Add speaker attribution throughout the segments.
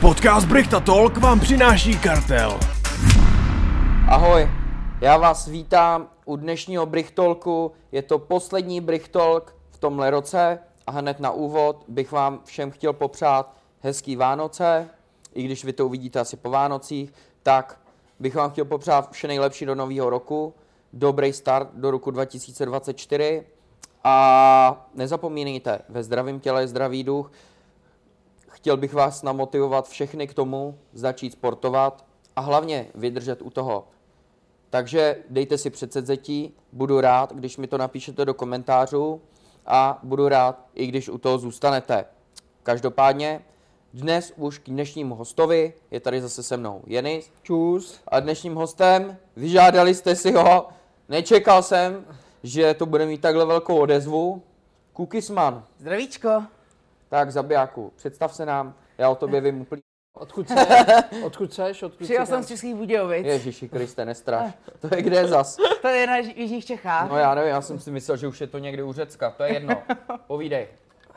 Speaker 1: Podcast Brichta Talk vám přináší kartel.
Speaker 2: Ahoj, já vás vítám u dnešního Brichtolku. Je to poslední Brichtolk v tomhle roce a hned na úvod bych vám všem chtěl popřát hezký Vánoce, i když vy to uvidíte asi po Vánocích, tak bych vám chtěl popřát vše nejlepší do nového roku, dobrý start do roku 2024 a nezapomínejte, ve zdravém těle je zdravý duch, Chtěl bych vás namotivovat všechny k tomu začít sportovat a hlavně vydržet u toho. Takže dejte si předsedzetí, budu rád, když mi to napíšete do komentářů a budu rád, i když u toho zůstanete. Každopádně, dnes už k dnešnímu hostovi, je tady zase se mnou Jenis. Čus. A dnešním hostem, vyžádali jste si ho, nečekal jsem, že to bude mít takhle velkou odezvu, Kukisman.
Speaker 3: Zdravíčko.
Speaker 2: Tak, zabijáku, představ se nám, já o tobě vím úplně.
Speaker 4: Odkud jsi? Odkud seš? Odkud
Speaker 3: Přijel
Speaker 4: jsi?
Speaker 3: jsem z Českých Budějovic.
Speaker 2: Ježíši Kriste, nestraš. To je kde zas?
Speaker 3: To je na Ž- Jižních Čechách.
Speaker 2: No já nevím, já jsem si myslel, že už je to někde u Řecka, to je jedno. Povídej.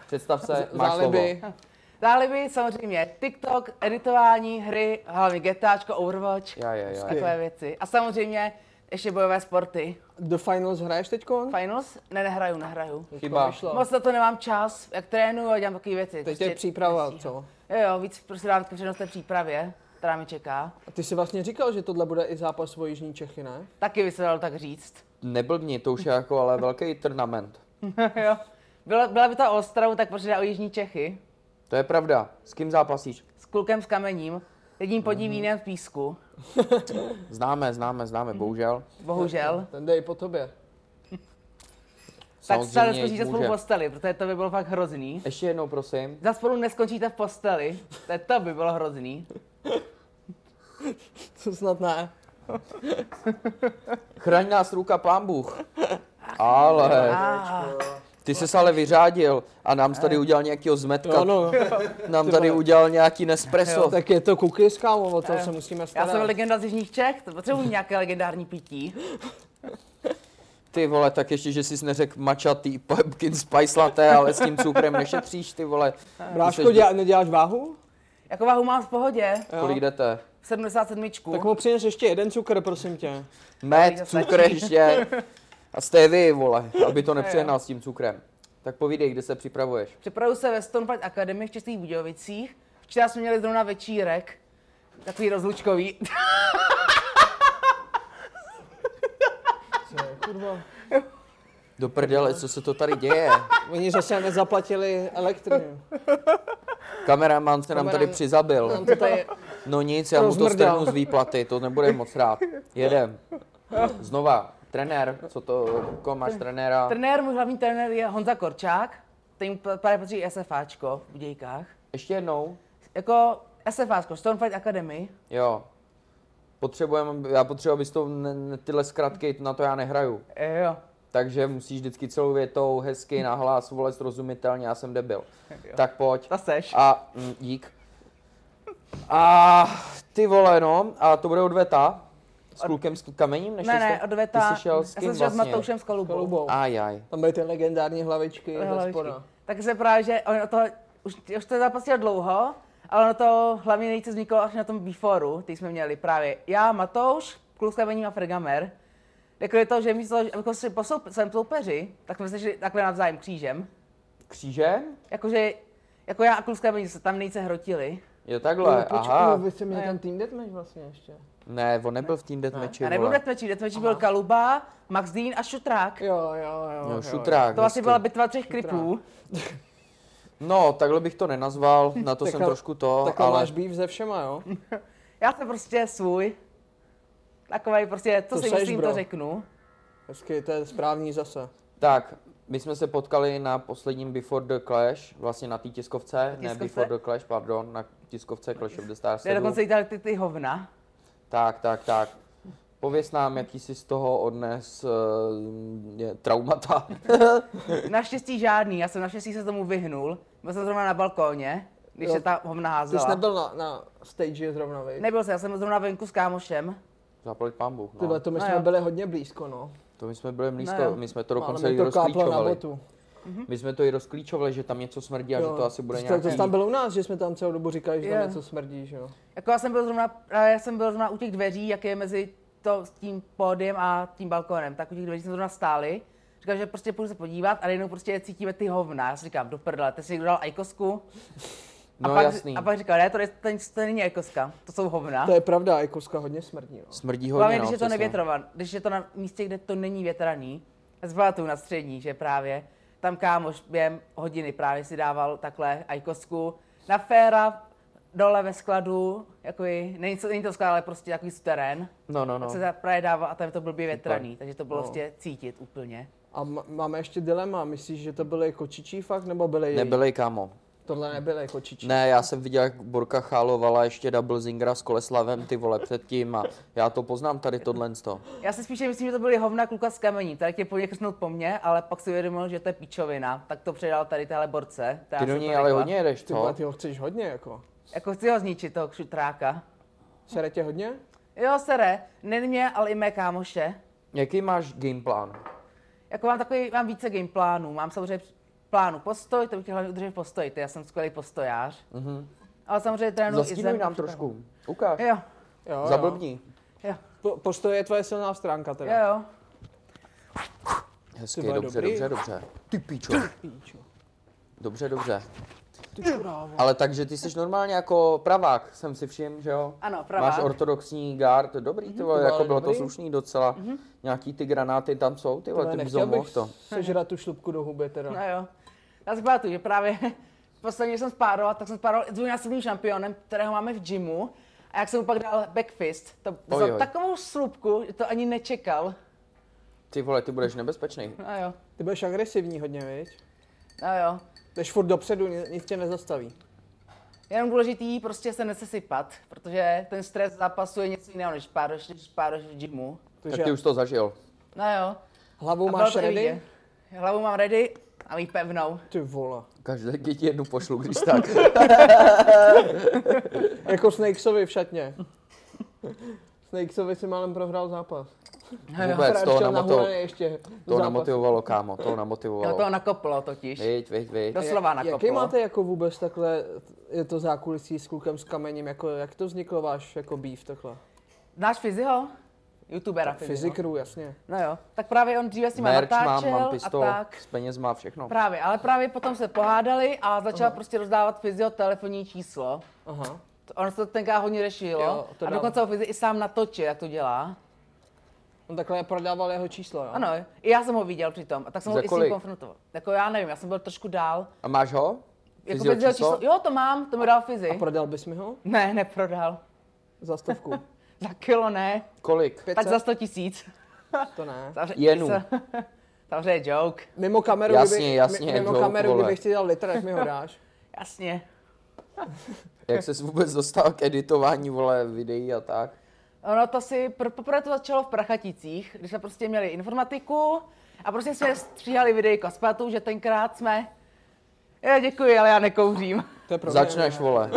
Speaker 2: Představ se, máš
Speaker 4: Záliby.
Speaker 2: slovo.
Speaker 3: Záliby samozřejmě TikTok, editování, hry, hlavně GTAčko, Overwatch,
Speaker 2: Já, já, já.
Speaker 3: takové věci. A samozřejmě ještě bojové sporty.
Speaker 4: The Finals hraješ teďkon?
Speaker 3: Finals? Ne, nehraju, nehraju.
Speaker 2: Chyba.
Speaker 3: Moc na to nemám čas, jak trénuju a dělám takové věci. Prostě-
Speaker 4: Teď je příprava, co?
Speaker 3: Jo, jo, víc prostě dám přednost té přípravě, která mi čeká.
Speaker 4: A ty jsi vlastně říkal, že tohle bude i zápas o Jižní Čechy, ne?
Speaker 3: Taky by se dalo tak říct.
Speaker 2: Neblbni, to už je jako ale velký turnament.
Speaker 3: jo. Byla, byla by to o Ostravu, tak proč ne o Jižní Čechy?
Speaker 2: To je pravda. S kým zápasíš?
Speaker 3: S klukem s kamením, jedním podivíném v písku,
Speaker 2: Známe, známe, známe, bohužel.
Speaker 3: bohužel.
Speaker 4: Ten jde i po tobě.
Speaker 3: Tak třeba neskončíte
Speaker 2: jejich
Speaker 3: spolu
Speaker 2: může.
Speaker 3: v posteli, protože to by bylo fakt hrozný.
Speaker 2: Ještě jednou, prosím.
Speaker 3: Za spolu neskončíte v posteli, to, to by bylo hrozný.
Speaker 4: To snad ne.
Speaker 2: Chraň nás ruka, pán Bůh. Ale
Speaker 3: Ah,
Speaker 2: ty jsi ale vyřádil a nám jsi tady udělal nějakého zmetka.
Speaker 4: Jo, no.
Speaker 2: Nám tady udělal nějaký Nespresso.
Speaker 4: tak je to cookies, kámo, o to se musíme
Speaker 3: já
Speaker 4: starat.
Speaker 3: jsem legenda z Jižních Čech, to potřebuji nějaké legendární pití.
Speaker 2: Ty vole, tak ještě, že jsi neřekl mačatý pumpkin spice latte, ale s tím cukrem nešetříš, ty vole.
Speaker 4: Bráško, dělá, neděláš váhu?
Speaker 3: Jako váhu mám v pohodě,
Speaker 4: Jo.
Speaker 2: Kolik jdete?
Speaker 3: 77.
Speaker 4: Tak mu přines ještě jeden cukr, prosím tě.
Speaker 3: Kolik
Speaker 2: Med,
Speaker 3: dostačí?
Speaker 2: cukr ještě. A jste vy, vole, aby to nepřehnal s tím cukrem. Tak povídej, kde se připravuješ.
Speaker 3: Připravuju se ve Stonfight Academy v Českých Budějovicích. Včera jsme měli zrovna večírek, takový rozlučkový.
Speaker 4: Co, kurva.
Speaker 2: Do prdele, co se to tady děje?
Speaker 4: Oni zase nezaplatili elektrinu.
Speaker 2: Kameraman se nám tady
Speaker 4: Kameraman-
Speaker 2: přizabil.
Speaker 4: To tady,
Speaker 2: No nic, já mu to
Speaker 4: Rozmrdal.
Speaker 2: strhnu z výplaty, to nebude moc rád. Jedem. Znova, trenér, co to, koho máš trenéra?
Speaker 3: Trenér, můj hlavní trenér je Honza Korčák, který právě patří i SFAčko v Budějkách.
Speaker 2: Ještě jednou.
Speaker 3: Jako SFAčko, Stonfight Academy,
Speaker 2: Jo. Potřebujeme, já potřebuji, abys to, ne, ne, tyhle zkratky, na to já nehraju.
Speaker 3: jo.
Speaker 2: Takže musíš vždycky celou větou
Speaker 3: Hm.
Speaker 2: hezky nahlas, vole srozumitelně, já jsem debil. Tak pojď.
Speaker 3: Ta seš.
Speaker 2: A mm, dík. A ty vole, no, a to bude odveta? S klukem s kamením? Než
Speaker 3: Ne, ne,
Speaker 2: jste-
Speaker 3: odveta.
Speaker 2: Ty jsi šel s
Speaker 3: já
Speaker 2: kým
Speaker 3: jsem šel s
Speaker 2: vlastně?
Speaker 3: Matoušem s Kolubou.
Speaker 4: kolubou.
Speaker 2: Aj, aj.
Speaker 4: Tam byly ty legendární hlavičky ze
Speaker 3: Hlavičky.
Speaker 4: spoda.
Speaker 3: Tak se právě, že on o to, už, už to zapasil dlouho, ale ono to hlavně nejvíce vzniklo až na tom beforeu, který jsme měli právě já, Matouš, kluk s klebením a Fregamer. Jako je to, že místo, že- abychom si posoup, sem soupeři, tak jsme se šli takhle navzájem křížem.
Speaker 2: Křížem?
Speaker 3: Jakože, jako já a kluk s klebením se tam nejvíce hrotili.
Speaker 2: Jo, takhle, aha.
Speaker 4: Vy jste měli ten tým deathmatch vlastně ještě.
Speaker 2: Ne, on nebyl v tým deathmatchi,
Speaker 3: Já nebyl
Speaker 2: vole.
Speaker 3: Detmeči, Detmeči byl Kaluba, Max Dean a Šutrák.
Speaker 4: Jo, jo, jo.
Speaker 2: No,
Speaker 4: jo,
Speaker 2: šutrák.
Speaker 3: To asi
Speaker 2: hezky.
Speaker 3: byla bitva třech kripů.
Speaker 2: No, takhle bych to nenazval,
Speaker 3: Hm,
Speaker 2: na to jsem
Speaker 4: Takhle-
Speaker 2: trošku to,
Speaker 4: Takhle
Speaker 2: ale...
Speaker 4: máš býv ze všema, jo?
Speaker 3: Já jsem prostě svůj. Takový prostě, co
Speaker 4: To
Speaker 3: si
Speaker 4: seš,
Speaker 3: myslím,
Speaker 4: bro.
Speaker 3: to řeknu.
Speaker 4: Hezky, to je správný zase.
Speaker 2: Tak, my jsme se potkali na posledním Before the Clash, vlastně na té tiskovce, ne
Speaker 3: tiskovce?
Speaker 2: Before the Clash, pardon, na tiskovce Clash of the Stars
Speaker 3: Já
Speaker 2: 7.
Speaker 3: dokonce i tady ty, ty hovna.
Speaker 2: Tak, tak, tak. Pověz nám, jaký jsi z toho odnes uh, traumata.
Speaker 3: Naštěstí žádný, já jsem naštěstí se tomu vyhnul. Byl jsem zrovna na balkóně, když
Speaker 4: Jo.
Speaker 3: se ta hovna
Speaker 4: Ty jsi
Speaker 3: házela.
Speaker 4: nebyl na, na stage zrovna, vej.
Speaker 3: Nebyl jsem, já jsem byl zrovna venku s kámošem.
Speaker 2: Zaplať pán Bůh, no.
Speaker 4: Tyhle, to my
Speaker 3: No
Speaker 4: jsme
Speaker 3: jo.
Speaker 4: byli hodně blízko, no.
Speaker 2: To my jsme byli blízko,
Speaker 3: No jo.
Speaker 2: my jsme to
Speaker 4: Ale
Speaker 2: dokonce
Speaker 4: mi
Speaker 2: i
Speaker 4: to káplo na
Speaker 2: rozklíčovali.
Speaker 4: botu.
Speaker 3: Mhm.
Speaker 2: My jsme to i rozklíčovali, že tam něco smrdí a že to asi bude
Speaker 4: to,
Speaker 2: nějaký...
Speaker 4: To jsi tam bylo u nás, že jsme tam celou dobu říkali, že
Speaker 3: Jo.
Speaker 4: tam něco smrdí, že jo.
Speaker 3: Jako já jsem byl zrovna, právě já jsem byl zrovna u těch dveří, jak je mezi to, s tím pódiem a tím balkónem, tak u těch dveří jsme zrovna stáli. Říkal, že prostě půjdu se podívat a najednou prostě cítíme ty hovna. Já si říkám, do prdele, teď si někdo dal ajkosku. A,
Speaker 2: No
Speaker 3: pak,
Speaker 2: jasný.
Speaker 3: a pak říkal, ne, to, je- to, to není ajkoska, to jsou hovna.
Speaker 4: To je pravda, i koska hodně smrdí, no.
Speaker 2: Smrdí hodně,
Speaker 3: Hlavně,
Speaker 2: no,
Speaker 3: když je to
Speaker 2: přesně.
Speaker 3: nevětrovan, když je to na místě, kde to není větraný, zbala na střední, že právě tam kámoš během hodiny právě si dával takhle ajkosku na féra dole ve skladu, jakoby, není, to, není to sklad, ale prostě takový terén,
Speaker 2: No, no,
Speaker 3: no.
Speaker 2: no.
Speaker 3: se ta- právě dával a tam je to blbě větraný, takže to bylo
Speaker 4: No.
Speaker 3: prostě cítit úplně.
Speaker 4: A m- máme ještě dilema, myslíš, že to byly kočičí fakt, nebo byly její?
Speaker 2: Nebyli, kámo.
Speaker 4: Tohle nebyly jako kočičí.
Speaker 2: Ne, já jsem viděl, jak Borka chálovala ještě double zingra s Koleslavem, ty vole, předtím a já to poznám tady tohle z toho.
Speaker 3: Já si spíše myslím, že to byly hovna kluka z kamení, tady tě původně křnul po mně, ale pak si uvědomil, že to je píčovina, tak to předal tady téhle borce. která
Speaker 2: Ty do
Speaker 3: jsem to
Speaker 2: něj ale
Speaker 3: řekla.
Speaker 2: hodně jedeš,
Speaker 4: Ty,
Speaker 2: co?
Speaker 4: vole, ty ho chceš hodně, jako.
Speaker 3: Jako chci ho zničit, toho šutráka.
Speaker 4: Sere tě hodně?
Speaker 3: Jo, sere, nejen mě, ale i mé kámoše.
Speaker 2: Jaký máš gameplán?
Speaker 3: Jako mám takový, mám více game plánů. Mám samozřejmě plánu postoj, to bych chtěl hlavně udržet postoj, to já jsem skvělý postojář. Mm-hmm. Ale samozřejmě trénuji i
Speaker 2: Mhm. Zastínuj
Speaker 3: zem.
Speaker 2: nám trošku. Ukáž.
Speaker 3: Jo,
Speaker 4: Jo,
Speaker 2: Zablbni.
Speaker 3: jo,
Speaker 4: Po, postoj je tvoje silná stránka
Speaker 3: jo,
Speaker 4: teda.
Speaker 3: jo.
Speaker 2: Hezky,
Speaker 4: Ty vole,
Speaker 2: dobře,
Speaker 4: dobrý.
Speaker 2: dobře, dobře. Ty píčo.
Speaker 4: Píčo.
Speaker 2: Dobře, dobře.
Speaker 4: Ty krávo.
Speaker 2: Ale takže ty jsi normálně jako pravák, jsem si všiml, že jo?
Speaker 3: Ano, pravák.
Speaker 2: Máš ortodoxní gard, dobrý, ty vole,
Speaker 4: to bylo
Speaker 2: jako bylo to
Speaker 4: dobrý.
Speaker 2: slušný docela. Nějaký ty granáty tam jsou, ty vole, ty bys
Speaker 4: nechtěl
Speaker 2: mohl
Speaker 4: bych
Speaker 2: to.
Speaker 4: sežrat tu šlubku do huby teda.
Speaker 3: No jo. Já si pamatuju, že právě posledně, když jsem spároval, tak jsem spároval s dvojnásobným šampionem, kterého máme v gymu. A jak jsem mu pak dal backfist, to
Speaker 2: Oj,
Speaker 3: dostal
Speaker 2: oj.
Speaker 3: takovou slupku, že to ani nečekal.
Speaker 2: Ty vole, ty budeš nebezpečný.
Speaker 3: No jo,
Speaker 4: Ty budeš agresivní hodně, viď?
Speaker 3: no jo.
Speaker 4: Jdeš furt dopředu, ni- nic tě nezastaví.
Speaker 3: Jenom důležitý prostě se nesesypat, protože ten stres zápasu je něco jiného, než pároš, než pároš v gymu.
Speaker 4: Takže
Speaker 2: Tak ty už to zažil.
Speaker 3: No jo.
Speaker 4: hlavou
Speaker 3: A
Speaker 4: máš
Speaker 3: bylo to i
Speaker 4: ready?
Speaker 3: vidět. Hlavu mám ready a jí pevnou.
Speaker 4: Ty vole.
Speaker 2: Každé ti jednu pošlu, když tak.
Speaker 4: Jako Snakesovi v šatně. Snakesovi si málem prohrál zápas.
Speaker 2: Vůbec, toho, namotiv,
Speaker 4: namotivovalo. ještě
Speaker 2: toho
Speaker 4: zápas.
Speaker 2: namotivovalo, kámo, toho
Speaker 3: Jo, to
Speaker 2: namotivovalo.
Speaker 3: nakoplo totiž.
Speaker 2: Viď, viď, viď.
Speaker 3: Dost- slova
Speaker 4: Jak- Jaký
Speaker 3: nakoplo.
Speaker 4: máte jako vůbec takhle, je to zákulisí s klukem s kamením, jako jak to vzniklo váš jako býv takhle?
Speaker 3: Znáš Fiziho? Youtubera Fiziho.
Speaker 4: Fyzikru, jasně.
Speaker 3: No jo. Tak právě on dříve s nima
Speaker 2: Merch mám,
Speaker 3: natáčel
Speaker 2: mám
Speaker 3: a
Speaker 2: pistol,
Speaker 3: tak.
Speaker 2: s peněz má všechno.
Speaker 3: Právě, ale právě potom se pohádali a začal prostě rozdávat Fizio telefonní číslo.
Speaker 4: Aha.
Speaker 3: To- Ono se to tenkrát hodně řešilo.
Speaker 4: Jo, to
Speaker 3: a
Speaker 4: dám.
Speaker 3: dokonce ho Fizi i sám natočil, jak to dělá.
Speaker 4: On takhle prodával jeho číslo, jo?
Speaker 3: Ano, i já jsem ho viděl přitom. A tak jsem
Speaker 2: Za
Speaker 3: ho i s
Speaker 2: kolik?
Speaker 3: ním konfrontoval. Jako já nevím, já jsem byl trošku dál.
Speaker 2: A máš ho?
Speaker 3: Jako
Speaker 2: Fyzio
Speaker 3: Fizio číslo? Jo, to mám, to mi dal Fizi.
Speaker 4: A prodal bys mi ho?
Speaker 3: Ne, neprodal.
Speaker 4: Za stovku.
Speaker 3: Za kilo ne,
Speaker 2: Kolik?
Speaker 3: tak
Speaker 4: 500?
Speaker 3: za 100 tisíc.
Speaker 4: To ne.
Speaker 3: Zavře-
Speaker 2: Jenů.
Speaker 3: Samozřejmě joke,
Speaker 4: Mimo kameru,
Speaker 2: Jasně,
Speaker 4: kdyby,
Speaker 2: jasně,
Speaker 4: mimo
Speaker 2: joke,
Speaker 4: kameru,
Speaker 2: vole.
Speaker 4: kdybych ti dal litr, tak mi ho dáš.
Speaker 3: jasně.
Speaker 2: Jak ses vůbec dostal k editování, vole, videí a tak?
Speaker 3: Ono to si, pr- poprvé to začalo v Prachaticích, když jsme prostě měli informatiku a prostě jsme stříhali videjko. Zpátu, že tenkrát jsme, já děkuji, ale já nekouřím.
Speaker 4: To je problém.
Speaker 2: Začneš, vole,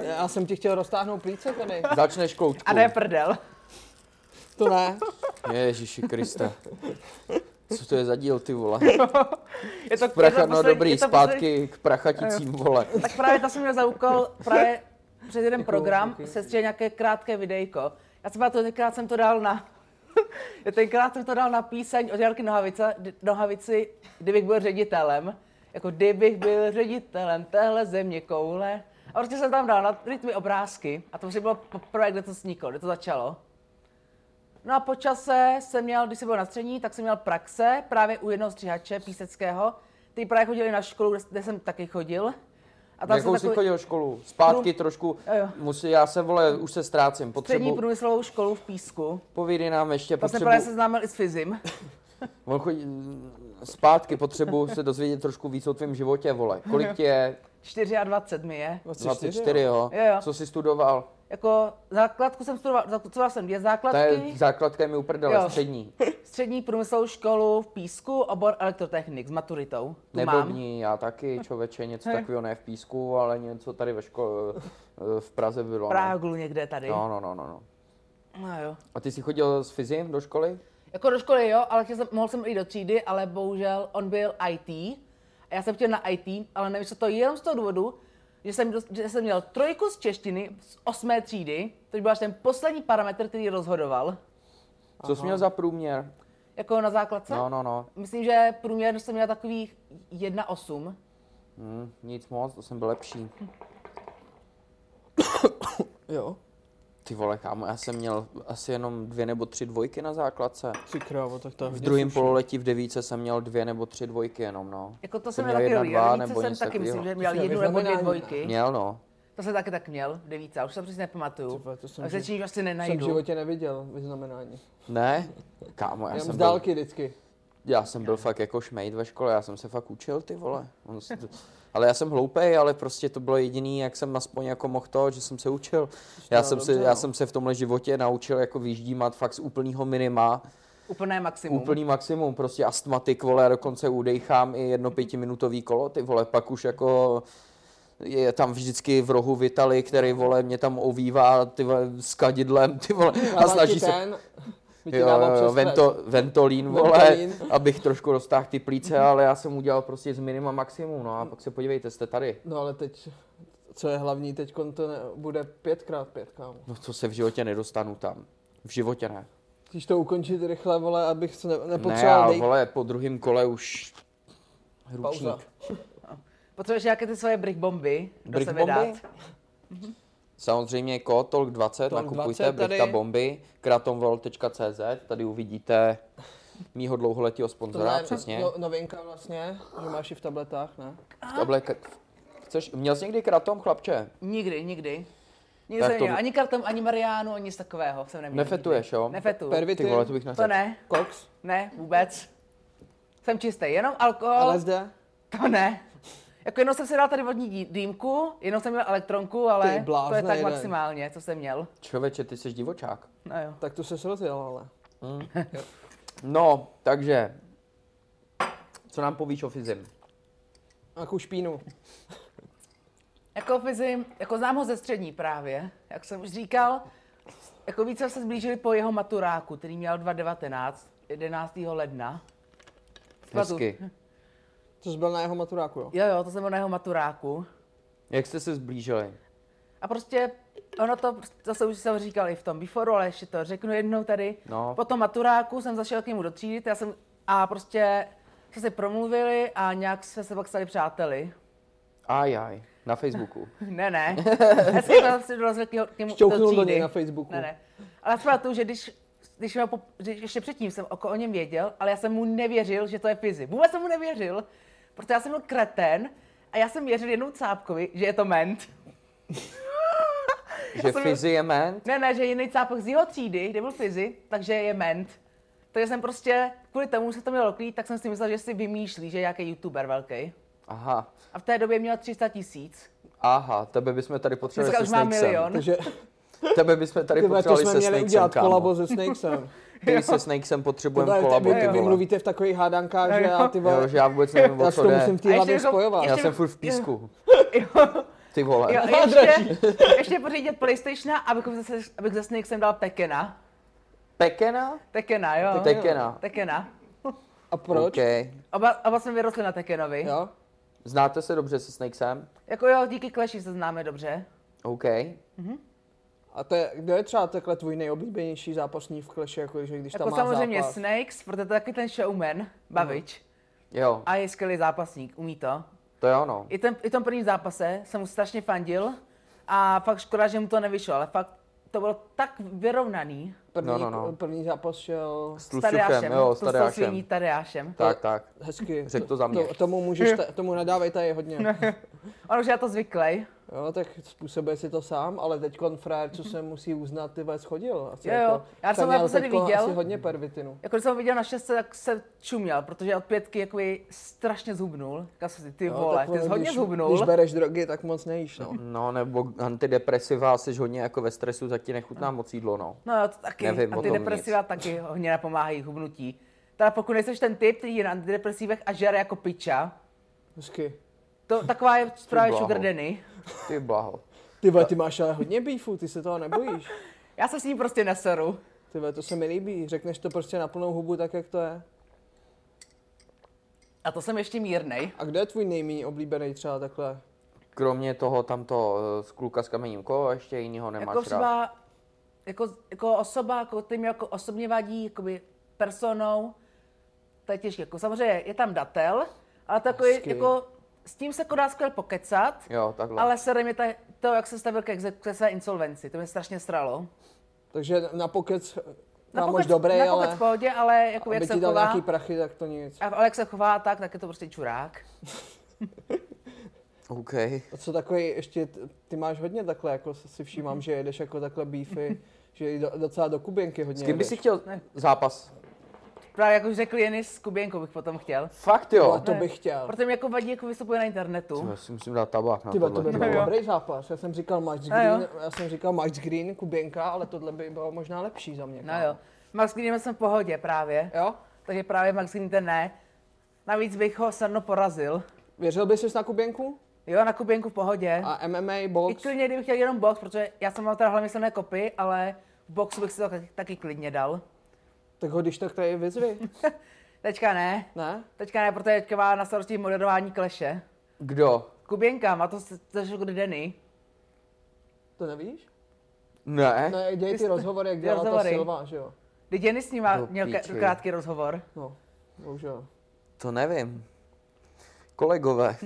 Speaker 4: Já jsem ti chtěl roztáhnout plíce tady.
Speaker 2: začneš koutku.
Speaker 3: A ne prdel.
Speaker 4: To ne.
Speaker 2: Ježiši Kriste. Co to je za díl, ty vole?
Speaker 3: Je to, je to
Speaker 2: Pracha, no
Speaker 3: poslední-
Speaker 2: dobrý,
Speaker 3: je to poslední-
Speaker 2: zpátky k prachaticím, vole.
Speaker 3: Tak právě to jsem měl za úkol, právě přes jeden program
Speaker 4: děkuju.
Speaker 3: se stříhal nějaké krátké videjko. Já jsem to tenkrát jsem to dal na... Já tenkrát jsem to dal na píseň od Jarky Nohavice, d- Nohavici, kdybych byl ředitelem. Jako kdybych byl ředitelem téhle země koule. A prostě jsem tam dal na rytmy obrázky. A to prostě bylo poprvé, kde to vzniklo, kde to začalo. No a po čase jsem měl, když jsem byl na střední, tak jsem měl praxe právě u jednoho stříhače píseckého. Ty právě chodili na školu, kde, kde jsem taky chodil. A tam jsem
Speaker 2: Jakou Jako jsi
Speaker 3: takový
Speaker 2: chodil školu? Zpátky trošku,
Speaker 3: Jo, jo.
Speaker 2: musí, já se, vole, už se ztrácím,
Speaker 3: střední
Speaker 2: potřebuji,
Speaker 3: průmyslovou školu v Písku.
Speaker 2: povídej nám ještě,
Speaker 3: Tam jsem právě
Speaker 2: potřebuji,
Speaker 3: seznámil i s Fizim.
Speaker 2: on chodí, zpátky potřebuji se dozvědět trošku víc o tvém životě, vole. Kolik tě je?
Speaker 3: 24 mi je.
Speaker 2: 24, jo?
Speaker 3: Jo, jo.
Speaker 2: Co jsi studoval?
Speaker 3: Jako základku jsem studoval, studoval jsem dvě
Speaker 2: Ta
Speaker 3: základky,
Speaker 2: je základka je mi uprdele,
Speaker 3: Jo.
Speaker 2: střední.
Speaker 3: střední průmyslovou školu v Písku, obor elektrotechnik s maturitou. Tu mám.
Speaker 2: Neblbni, no. já taky, čověče, něco takového ne v písku, ale něco tady ve škole, v Praze bylo. no.
Speaker 3: Práglu někde tady.
Speaker 2: No, no, no, no, no.
Speaker 3: no jo.
Speaker 2: A ty jsi chodil s fyzim do školy?
Speaker 3: Jako do školy jo, ale chtěl jsem, mohl jsem i do třídy, ale bohužel on byl IT. A já jsem chtěl na IT, ale nevyšlo to jenom z toho důvodu, že jsem, dost, že jsem měl trojku z češtiny z osmé třídy, což byl až ten poslední parametr, který rozhodoval.
Speaker 2: Co jsi měl za průměr?
Speaker 3: Jako na základce?
Speaker 2: No, no, no.
Speaker 3: Myslím, že průměr jsem měla takových 1,8.
Speaker 2: Hm, nic moc, to jsem byl lepší.
Speaker 4: Jo,
Speaker 2: Ty vole, kámo, já jsem měl asi jenom dvě nebo tři dvojky na základce.
Speaker 4: ty krávo, tak to je
Speaker 2: V
Speaker 4: hodně
Speaker 2: druhém
Speaker 4: slušný.
Speaker 2: pololetí v devíce jsem měl dvě nebo tři dvojky jenom, no.
Speaker 3: Jako to
Speaker 2: To
Speaker 3: jsem měl
Speaker 2: měl
Speaker 3: taky
Speaker 2: jedna,
Speaker 3: dobrý,
Speaker 2: dva,
Speaker 3: ale více
Speaker 2: nebo
Speaker 3: jsem
Speaker 2: něco
Speaker 3: taky, myslím,
Speaker 2: takovýho.
Speaker 3: že měl
Speaker 4: To je
Speaker 3: jednu nebo dvě
Speaker 4: vyznamenání.
Speaker 3: dvojky.
Speaker 2: Měl, no.
Speaker 3: To jsem taky tak měl, devíce, už to přesně nepamatuju.
Speaker 4: Ty vole, to jsem
Speaker 3: Takže
Speaker 4: že-
Speaker 3: čím asi nenajdu.
Speaker 4: Jsem v životě neviděl vyznamenání.
Speaker 2: Ne? Kámo, já
Speaker 4: Jenom
Speaker 2: jsem,
Speaker 4: z
Speaker 2: byl,
Speaker 4: dálky vždycky.
Speaker 2: já jsem byl fakt jako šmejd ve škole, já jsem se fakt učil, ty vole. On se to, ale já jsem hloupej, ale prostě to bylo jediný, jak jsem aspoň jako mohl to, že jsem se učil. Já jsem, se,
Speaker 4: dobře,
Speaker 2: já
Speaker 4: no.
Speaker 2: jsem se v tomhle životě naučil jako vyjíždímat fakt z úplného minima,
Speaker 3: Úplné maximum.
Speaker 2: úplný maximum, prostě astmatik, vole, já dokonce udejchám i jedno pětiminutový kolo, ty vole, pak už jako je tam vždycky v rohu Vitali, který, vole, mě tam ovývá, ty vole, s kadidlem, ty vole, a
Speaker 4: Dává No, ti
Speaker 2: snaží se,
Speaker 4: ten, my ti
Speaker 2: jo,
Speaker 4: dávám
Speaker 2: jo,
Speaker 4: přes
Speaker 2: vento,
Speaker 4: pes.
Speaker 2: ventolín, vole,
Speaker 4: Ventolin. Mhm.
Speaker 2: abych trošku roztáhl ty plíce, ale já jsem udělal prostě z minima maximum, no a pak se podívejte, jste tady.
Speaker 4: No ale teď, co je hlavní, teď to ne, bude pětkrát pět, kámo.
Speaker 2: No to se v životě nedostanu tam. V životě ne.
Speaker 4: Chceš to ukončit rychle, vole, abych se ne,
Speaker 2: Ne, já,
Speaker 4: nepotřeboval dej...
Speaker 2: vole, po druhém kole už
Speaker 4: Pauza.
Speaker 2: ručník.
Speaker 3: Potřebuješ nějaké ty svoje brick bomby do
Speaker 2: Brick
Speaker 3: sebe
Speaker 2: bomby?
Speaker 3: dát.
Speaker 2: Samozřejmě kód TOLK20,
Speaker 4: Tolk
Speaker 2: nakupujte
Speaker 4: 20 tady.
Speaker 2: Brichta Bomby, kratomvol.cz, tady uvidíte mýho dlouholetého
Speaker 4: Tohle
Speaker 2: sponzora,
Speaker 4: je
Speaker 2: přesně.
Speaker 4: no, novinka vlastně, že máš i v tabletách, ne?
Speaker 2: V Tohle, k- chceš, měl jsi někdy kratom, chlapče?
Speaker 3: Nikdy, nikdy. Nikdy
Speaker 2: Tak
Speaker 3: jsem
Speaker 2: to-
Speaker 3: neměl. Ani kartom, ani Mariánu, ani nic takového jsem neměl.
Speaker 2: Nefetuješ, jo?
Speaker 3: Nikdy. Nefetuju.
Speaker 4: Pervit-
Speaker 2: Ty vole, to bych
Speaker 3: To
Speaker 2: neřekl.
Speaker 3: ne,
Speaker 4: Koks,
Speaker 3: ne, vůbec. Jsem čistý, jenom alkohol,
Speaker 4: LSD,
Speaker 3: to ne. Jako jenom jsem si dal tady vodní dí- dýmku, jenom jsem měl elektronku, ale
Speaker 4: Ty blázne
Speaker 3: to je tak
Speaker 4: jeden.
Speaker 3: maximálně, co jsem měl.
Speaker 2: Člověče, ty jsi divočák.
Speaker 3: No jo.
Speaker 4: tak to se srozil, ale.
Speaker 2: No, takže, co nám povíš o fyzim?
Speaker 4: Jakou špínu.
Speaker 3: Jako fyzim, jako znám ho ze střední právě, jak jsem už říkal, jako více jsme se zblížili po jeho maturáku, který měl 2019, 11. ledna. Spadu.
Speaker 2: Hezky.
Speaker 4: To jsi byl na jeho maturáku, jo?
Speaker 3: Jo, jo, to jsem byl na jeho maturáku.
Speaker 2: Jak jste se zblížili?
Speaker 3: A prostě ono to, zase už jsem říkal i v tom beforeu, ale ještě to řeknu jednou tady.
Speaker 2: No.
Speaker 3: Po tom maturáku jsem zašel k němu do třídy to já jsem, a prostě jsme se promluvili a nějak jsme se pak stali přáteli.
Speaker 2: Aj, aj, na Facebooku.
Speaker 3: Ne, ne. Já jsem tam se dolazil k němu k němu
Speaker 4: Šťouchnul
Speaker 3: do
Speaker 4: do
Speaker 3: třídy.
Speaker 4: něj na Facebooku.
Speaker 3: Ne, ne. Ale třeba tu, že když, když, měl po, že ještě předtím jsem oko o něm věděl, ale já jsem mu nevěřil, že to je Fizi. Vůbec jsem mu nevěřil, protože já jsem byl kretén a já jsem věřil jednou cápkovi, že je to ment.
Speaker 2: Že
Speaker 3: jsem-
Speaker 2: fyzi je man?
Speaker 3: Ne, ne, že jiný cápek z jeho třídy, kde byl Fizi, takže je ment. Takže jsem prostě, kvůli tomu že se to mělo klít, tak jsem si myslel, že si vymýšlí, že je nějaký youtuber velký.
Speaker 2: Aha,
Speaker 3: A v té době měl 300 tisíc.
Speaker 2: aha, tebe bychom tady potřebovali
Speaker 3: Dneska
Speaker 2: se
Speaker 3: už má
Speaker 2: Snakesem.
Speaker 3: milion.
Speaker 4: Takže
Speaker 2: Tebe bychom tady
Speaker 4: tyhle, to
Speaker 2: potřebovali
Speaker 4: jsme
Speaker 2: se
Speaker 4: měli udělat
Speaker 2: Snakesem, kámo.
Speaker 4: kolabo se Snakesem.
Speaker 2: Ty se Snakesem potřebujeme
Speaker 4: Tohle,
Speaker 2: kolabo,
Speaker 4: vy,
Speaker 2: ty
Speaker 4: vy
Speaker 2: vole.
Speaker 4: mluvíte v takových hádankách, že já ty
Speaker 2: Jo,
Speaker 4: vole,
Speaker 2: že já vůbec nevím,
Speaker 4: já
Speaker 2: o
Speaker 4: si
Speaker 2: co
Speaker 4: to
Speaker 2: jde.
Speaker 4: musím v
Speaker 3: No A
Speaker 4: té
Speaker 3: ještě
Speaker 4: hlavě
Speaker 3: jako-
Speaker 4: spojovat.
Speaker 2: Já
Speaker 3: ještě-
Speaker 2: jsem furt v písku,
Speaker 3: Jo.
Speaker 2: ty vole.
Speaker 3: Jo, a ještě, ještě pořídit PlayStation, abychom zase, abych zase jsem dal Tekena.
Speaker 2: Pekena?
Speaker 3: Tekena, jo.
Speaker 2: Tekena.
Speaker 3: Tekena.
Speaker 4: A proč?
Speaker 2: OK.
Speaker 3: Oba, oba jsme vyrostli na Tekenovi.
Speaker 4: Jo?
Speaker 2: Znáte se dobře se Snakesem?
Speaker 3: Jako jo, díky Clashi se známe dobře.
Speaker 2: OK.
Speaker 4: A to je, kdo je třeba takhle tvůj nejoblíbenější zápasník v Clashi, jako že když
Speaker 3: Jako
Speaker 4: tam má
Speaker 3: samozřejmě
Speaker 4: zápas? Mhm.
Speaker 3: Snakes, protože to je taky ten showman, bavič.
Speaker 2: Jo,
Speaker 3: A je skvělý zápasník, umí to.
Speaker 2: to je ono.
Speaker 3: I, ten, I tom prvním zápase jsem mu strašně fandil a fakt škoda, že mu to nevyšlo, ale fakt to bylo tak vyrovnaný
Speaker 4: První,
Speaker 2: No, no, no.
Speaker 4: první zápas šel
Speaker 2: S
Speaker 3: s
Speaker 2: Tlusuchem,
Speaker 3: Tadeášem,
Speaker 2: jo, s
Speaker 3: to se sviní
Speaker 2: Tadeášem.
Speaker 3: Tadeášem.
Speaker 2: Tak, tak.
Speaker 4: hezky.
Speaker 2: Řek to za mě.
Speaker 4: To, tomu, můžeš, ta, tomu nadávaj tady hodně.
Speaker 3: On už je na to zvyklý.
Speaker 4: Jo, tak způsobuje si to sám, ale teď frajer, co se musí uznat, ty vole, schodil. Asi
Speaker 3: Jo, jo.
Speaker 4: Jako,
Speaker 3: Já jsem
Speaker 4: ten
Speaker 3: ho
Speaker 4: měl
Speaker 3: naposledy
Speaker 4: teďko
Speaker 3: viděl.
Speaker 4: Asi hodně pervitinu.
Speaker 3: Jako když jsem ho viděl na šestce, tak se čuměl, protože od pětky jakoby strašně zhubnul. Říkal jsem si, ty vole,
Speaker 4: tak
Speaker 3: ty jsi hodně
Speaker 4: když,
Speaker 3: zhubnul.
Speaker 4: Když bereš drogy, tak moc nejíš, no.
Speaker 2: No, nebo antidepresiva, jsi hodně jako ve stresu, tak ti nechutná moc jídlo, no.
Speaker 3: No jo, to taky.
Speaker 2: Nevím o tom
Speaker 3: antidepresiva taky hodně napomáhají hubnutí. Teda pokud nejseš ten typ, který je na antidepresivech a žere jako piča,
Speaker 4: Hezky.
Speaker 3: to taková je právě
Speaker 2: bláho.
Speaker 3: sugar daddy.
Speaker 2: Ty blaho.
Speaker 4: Ty vole, ty máš ale hodně beefů, ty se toho nebojíš.
Speaker 3: Já se s ním prostě neseru.
Speaker 4: Ty vole, to se mi líbí, řekneš to prostě na plnou hubu tak, jak to je.
Speaker 3: A to jsem ještě mírnej.
Speaker 4: A kdo je tvůj nejméně oblíbený třeba takhle?
Speaker 2: Kromě toho tamto eh, z kluka s kamením, koho ještě jinýho nemáš
Speaker 3: Jako
Speaker 2: rád?
Speaker 3: třeba, jako, jako osoba, jako ty mi jako osobně vadí, jakoby personou, to je těžké. Jako, samozřejmě je tam datel, ale takový,
Speaker 4: Hezky.
Speaker 3: jako, s tím se jako dá skvěle pokecat,
Speaker 2: Jo, takhle.
Speaker 3: ale sere mě ta, to, jak se stavil k, exek- ke své insolvenci, to mě strašně sralo.
Speaker 4: Takže na pokec na
Speaker 3: pokec-
Speaker 4: dobrý,
Speaker 3: na
Speaker 4: No ale
Speaker 3: pokec v pohodě, ale jako jak
Speaker 4: aby
Speaker 3: se
Speaker 4: ti dal
Speaker 3: chová,
Speaker 4: nějaký prachy, tak to nic.
Speaker 3: a- ale jak se chová tak, tak je to prostě čurák.
Speaker 2: OK.
Speaker 4: A co takový, ještě t- ty máš hodně takhle, jako s- si
Speaker 3: Mhm.
Speaker 4: všímám, že jedeš jako takhle beefy, že i do, docela do Kubenky hodně
Speaker 2: S kým by
Speaker 4: jedeš.
Speaker 2: si chtěl
Speaker 3: Ne.
Speaker 2: zápas?
Speaker 3: Právě jako řekl Jenis s Kuběnkou bych potom chtěl.
Speaker 2: Fakt
Speaker 4: No,
Speaker 2: jo.
Speaker 4: to bych chtěl.
Speaker 3: Proto mi jako vadí, jako vystupuje na internetu.
Speaker 2: Já si musím dát tabák na
Speaker 4: Ty vole, to by
Speaker 2: tohle,
Speaker 4: byl
Speaker 2: jo.
Speaker 4: dobrý zápas. Já jsem říkal Max
Speaker 3: A jo.
Speaker 4: Green, já jsem říkal Max Green, Kubenka, ale tohle by bylo možná lepší za mě.
Speaker 3: No
Speaker 4: kámo.
Speaker 3: jo. Max Green jsem v pohodě právě.
Speaker 4: Jo?
Speaker 3: Takže právě Max Green ten ne. Navíc bych ho snadno porazil.
Speaker 4: Věřil bys jsi na Kubenku?
Speaker 3: Jo, na Kuběnku v pohodě.
Speaker 4: A MMA,
Speaker 3: I
Speaker 4: box?
Speaker 3: klidně, kdybych chtěl jenom box, protože já jsem mám teda hlavně silné kopy, ale v boxu bych si to taky- taky klidně dal.
Speaker 4: Tak ho když tak tady vyzvi.
Speaker 3: Teďka ne.
Speaker 4: Ne?
Speaker 3: Teďka ne, protože teďka má na starosti moderování kleše.
Speaker 2: Kdo?
Speaker 3: Kuběnka má to z- ze Sugar Denny.
Speaker 4: To nevíš?
Speaker 2: Ne.
Speaker 4: No, děj ty rozhovory, jak
Speaker 3: ty
Speaker 4: dělala ta
Speaker 3: rozhovory.
Speaker 4: Silva, že jo?
Speaker 3: Teď Jenny s ním má-
Speaker 2: Do
Speaker 3: měl
Speaker 2: píči.
Speaker 3: k- krátký rozhovor.
Speaker 4: No, bohužel.
Speaker 2: To nevím. Kolegové.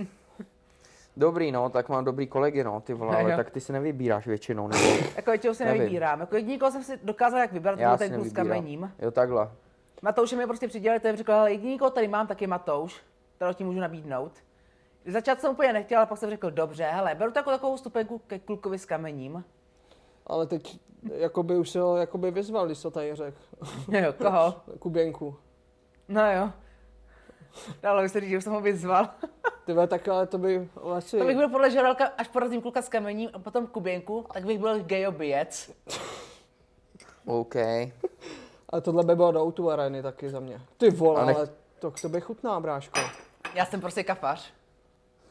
Speaker 2: Dobrý, no, tak mám dobrý kolegy, no, ty vole,
Speaker 3: Jo.
Speaker 2: ale tak ty si nevybíráš většinou, nebo
Speaker 3: Jako většinou si
Speaker 2: Nevím.
Speaker 3: nevybírám. Jako jediný, koho jsem si dokázal jak vybrat, to
Speaker 2: já si
Speaker 3: byl ten kluk s
Speaker 2: nevybírám.
Speaker 3: kamením.
Speaker 2: Jo, takhle.
Speaker 3: Matouše mi prostě přidělali, to jim řekl, ale jediný, koho tady mám, tak je Matouš, kterého ti můžu nabídnout. Začát jsem úplně nechtěl, ale pak jsem řekl, dobře, hele, beru takovou, takovou stupenku ke klukovi s kamením.
Speaker 4: Ale teď jakoby už se ho jakoby vyzval, když to tady řekl.
Speaker 3: Jo, koho?
Speaker 4: Kubenku.
Speaker 3: No jo. Dalo by se říct, že už jsem ho vyzval.
Speaker 4: Ty vole, tak ale to by asi...
Speaker 3: To bych byl podle žeralka, až porazím kluka s kamením a potom Kuběnku, tak bych byl gejobijec.
Speaker 2: OK.
Speaker 4: Ale tohle by bylo do Outu Areny taky za mě. Ty vole,
Speaker 2: A nech-
Speaker 4: ale to k tobě chutná, bráško.
Speaker 3: Já jsem prostě kafař.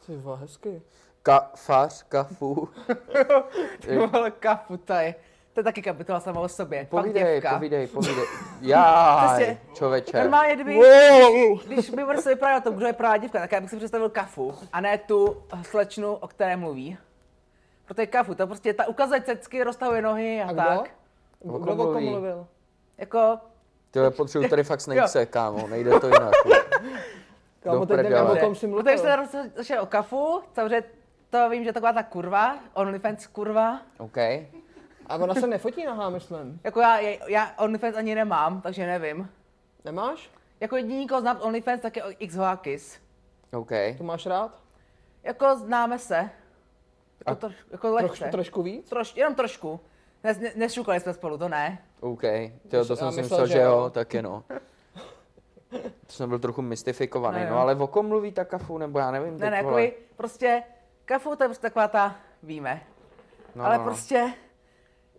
Speaker 4: Ty vole, hezky.
Speaker 2: Kafař, kafu.
Speaker 3: Ty vole, No, kafu, to je. To je taky kapitola sama o sobě.
Speaker 2: Povídej,
Speaker 3: Pantěvka.
Speaker 2: povídej, povídej. Jáj,
Speaker 3: Prostě-
Speaker 2: čověče.
Speaker 3: Normálně, kdyby,
Speaker 4: Wow!
Speaker 3: když by se vyprávěl o tom, kdo je právě dívka, tak já bych si představil kafu a ne tu slečnu, o které mluví. Protože kafu, to prostě ta ukazuje cecky, roztahuje nohy a,
Speaker 4: A kdo?
Speaker 3: tak.
Speaker 2: O kom
Speaker 4: Kdo o kom
Speaker 2: mluví?
Speaker 4: mluvil?
Speaker 3: Jako,
Speaker 2: Ty vole, potřebuji tady fakt
Speaker 3: Jo.
Speaker 2: snake se, kámo, nejde to jinak.
Speaker 4: Kámo, teď
Speaker 2: prdele.
Speaker 4: nevím, o
Speaker 2: Dobře.
Speaker 4: kom si
Speaker 3: protože
Speaker 4: mluvil.
Speaker 3: se roz- začal o kafu, samozřejmě to vím, že taková ta kurva, OnlyFans kurva,
Speaker 2: OK.
Speaker 4: A ona se nefotí nahá, myslím.
Speaker 3: jako já, já OnlyFans ani nemám, takže nevím.
Speaker 4: Nemáš?
Speaker 3: Jako jediný, koho znám z OnlyFans, tak je X Hoakis.
Speaker 2: OK.
Speaker 4: To máš rád?
Speaker 3: Jako známe se. Jako, troš, jako
Speaker 4: Trošku,
Speaker 3: lehce.
Speaker 4: trošku víc?
Speaker 3: Troš, jenom trošku. Ne, ne, nešukali jsme spolu, to ne.
Speaker 2: OK, Tyjo, to
Speaker 4: Já
Speaker 2: jsem si
Speaker 4: myslel,
Speaker 2: myslel,
Speaker 4: že
Speaker 2: že
Speaker 4: jo.
Speaker 2: jo, taky no. To jsem byl trochu mystifikovaný,
Speaker 3: Ne,
Speaker 2: no
Speaker 3: jo.
Speaker 2: ale o kom mluví ta kafu, nebo já nevím,
Speaker 3: Ne,
Speaker 2: teď,
Speaker 3: ne, jako
Speaker 2: vole.
Speaker 3: by prostě kafu, to je prostě taková ta, víme.
Speaker 2: No,
Speaker 3: Ale
Speaker 2: no, no.
Speaker 3: prostě,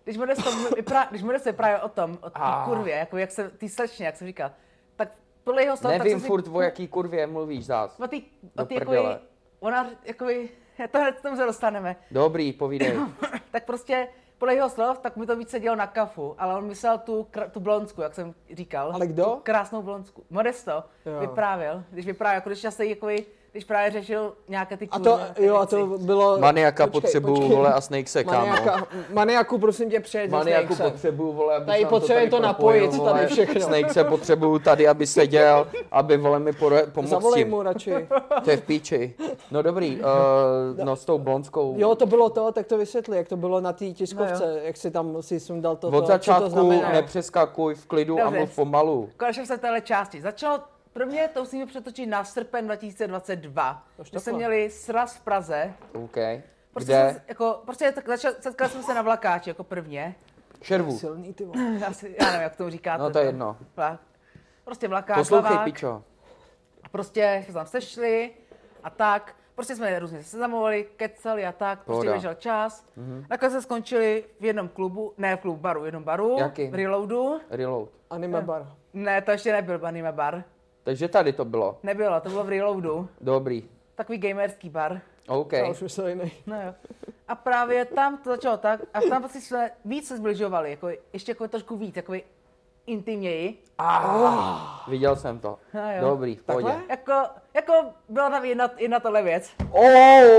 Speaker 3: když bude se, vyprá, když bude se právě o tom, o té
Speaker 2: Ah.
Speaker 3: kurvě, jako jak se, ty slečně, jak jsem říkal, tak podle jeho slov, tak
Speaker 2: Nevím
Speaker 3: jsem si-
Speaker 2: furt, o jaký kurvě mluvíš zás.
Speaker 4: No.
Speaker 3: O ty, o
Speaker 2: Do
Speaker 3: ty, jakoby,
Speaker 2: prdele.
Speaker 3: ona, jakoby, to hned k tomu se dostaneme.
Speaker 2: Dobrý, povídej.
Speaker 3: tak prostě podle jeho slov, tak mi to víc sedělo na kafu, ale on myslel tu, kr- tu blondsku, jak jsem říkal.
Speaker 4: Ale kdo?
Speaker 3: Tu krásnou blondsku. Modesto
Speaker 4: Jo.
Speaker 3: jo. vyprávěl, když vyprávěl, jako když asi jako když právě řešil nějaké ty
Speaker 4: A
Speaker 3: kůže,
Speaker 4: to, jo, a to bylo...
Speaker 2: Maniaka
Speaker 4: počkej,
Speaker 2: potřebuju,
Speaker 4: počkej.
Speaker 2: vole, a snake se, kámo.
Speaker 4: Maniaka, maniaku, prosím tě, přejet
Speaker 2: Maniaku potřebuju, vole, aby
Speaker 4: Tady
Speaker 2: se nám
Speaker 4: potřebujeme to
Speaker 2: propojilo,
Speaker 4: napojit, tady
Speaker 2: vole.
Speaker 4: všechno.
Speaker 2: Snake se potřebuju tady, aby seděl, aby, vole, mi poro- pomohl s
Speaker 4: Zavolej
Speaker 2: tím.
Speaker 4: mu radši.
Speaker 2: To je v píči. No dobrý, uh, no s tou blondskou.
Speaker 4: Jo, to bylo to, tak to vysvětli, jak to bylo na té tiskovce,
Speaker 3: No
Speaker 4: jak si tam si sundal to,
Speaker 2: Od
Speaker 4: to, co to
Speaker 2: začátku
Speaker 4: znamená.
Speaker 2: nepřeskakuj v klidu a
Speaker 3: Dobře.
Speaker 2: mluv pomalu.
Speaker 3: Konečně se téhle části. Začalo, pro mě to musíme přetočit na srpen 2022,
Speaker 4: Už
Speaker 3: když
Speaker 4: takhle.
Speaker 3: jsme měli sraz v Praze.
Speaker 2: OK.
Speaker 3: Prostě,
Speaker 2: Kde?
Speaker 3: Jsem, jako, prostě tak začal, setkali jsme se na vlakáči jako prvně.
Speaker 2: Šervu.
Speaker 4: Silný, ty vole.
Speaker 3: Asi, já nevím, jak tomu říkáte.
Speaker 2: No to je jedno.
Speaker 3: Vlak. Prostě vlakáč,
Speaker 2: Poslouchej,
Speaker 3: plavák.
Speaker 2: pičo.
Speaker 3: A prostě jsme se tam sešli a tak. Prostě jsme různě seznamovali, kecali a tak. Prostě
Speaker 2: Pohoda. Mhm.
Speaker 3: běžel čas. Mm-hmm. Nakonec jsme skončili v jednom klubu, ne v klubu baru, v jednom baru.
Speaker 2: Jakým?
Speaker 3: V Reloadu.
Speaker 2: Reload.
Speaker 4: Anime bar.
Speaker 3: Ne, to ještě nebyl Banime bar.
Speaker 2: Takže tady to bylo.
Speaker 3: Nebylo, to bylo v Reloadu.
Speaker 2: Dobrý.
Speaker 3: Takový gamerský bar.
Speaker 2: OK.
Speaker 4: Já už myslel jiný.
Speaker 3: No jo. A právě tam to začalo tak, a tam prostě jsme víc se zbližovali, jako ještě jako trošku víc, jako intimněji.
Speaker 2: Viděl jsem to.
Speaker 3: No jo.
Speaker 2: Dobrý, v pohodě.
Speaker 4: Takhle?
Speaker 3: Jako, jako byla tam jedna, jedna tohle věc,
Speaker 2: Oh!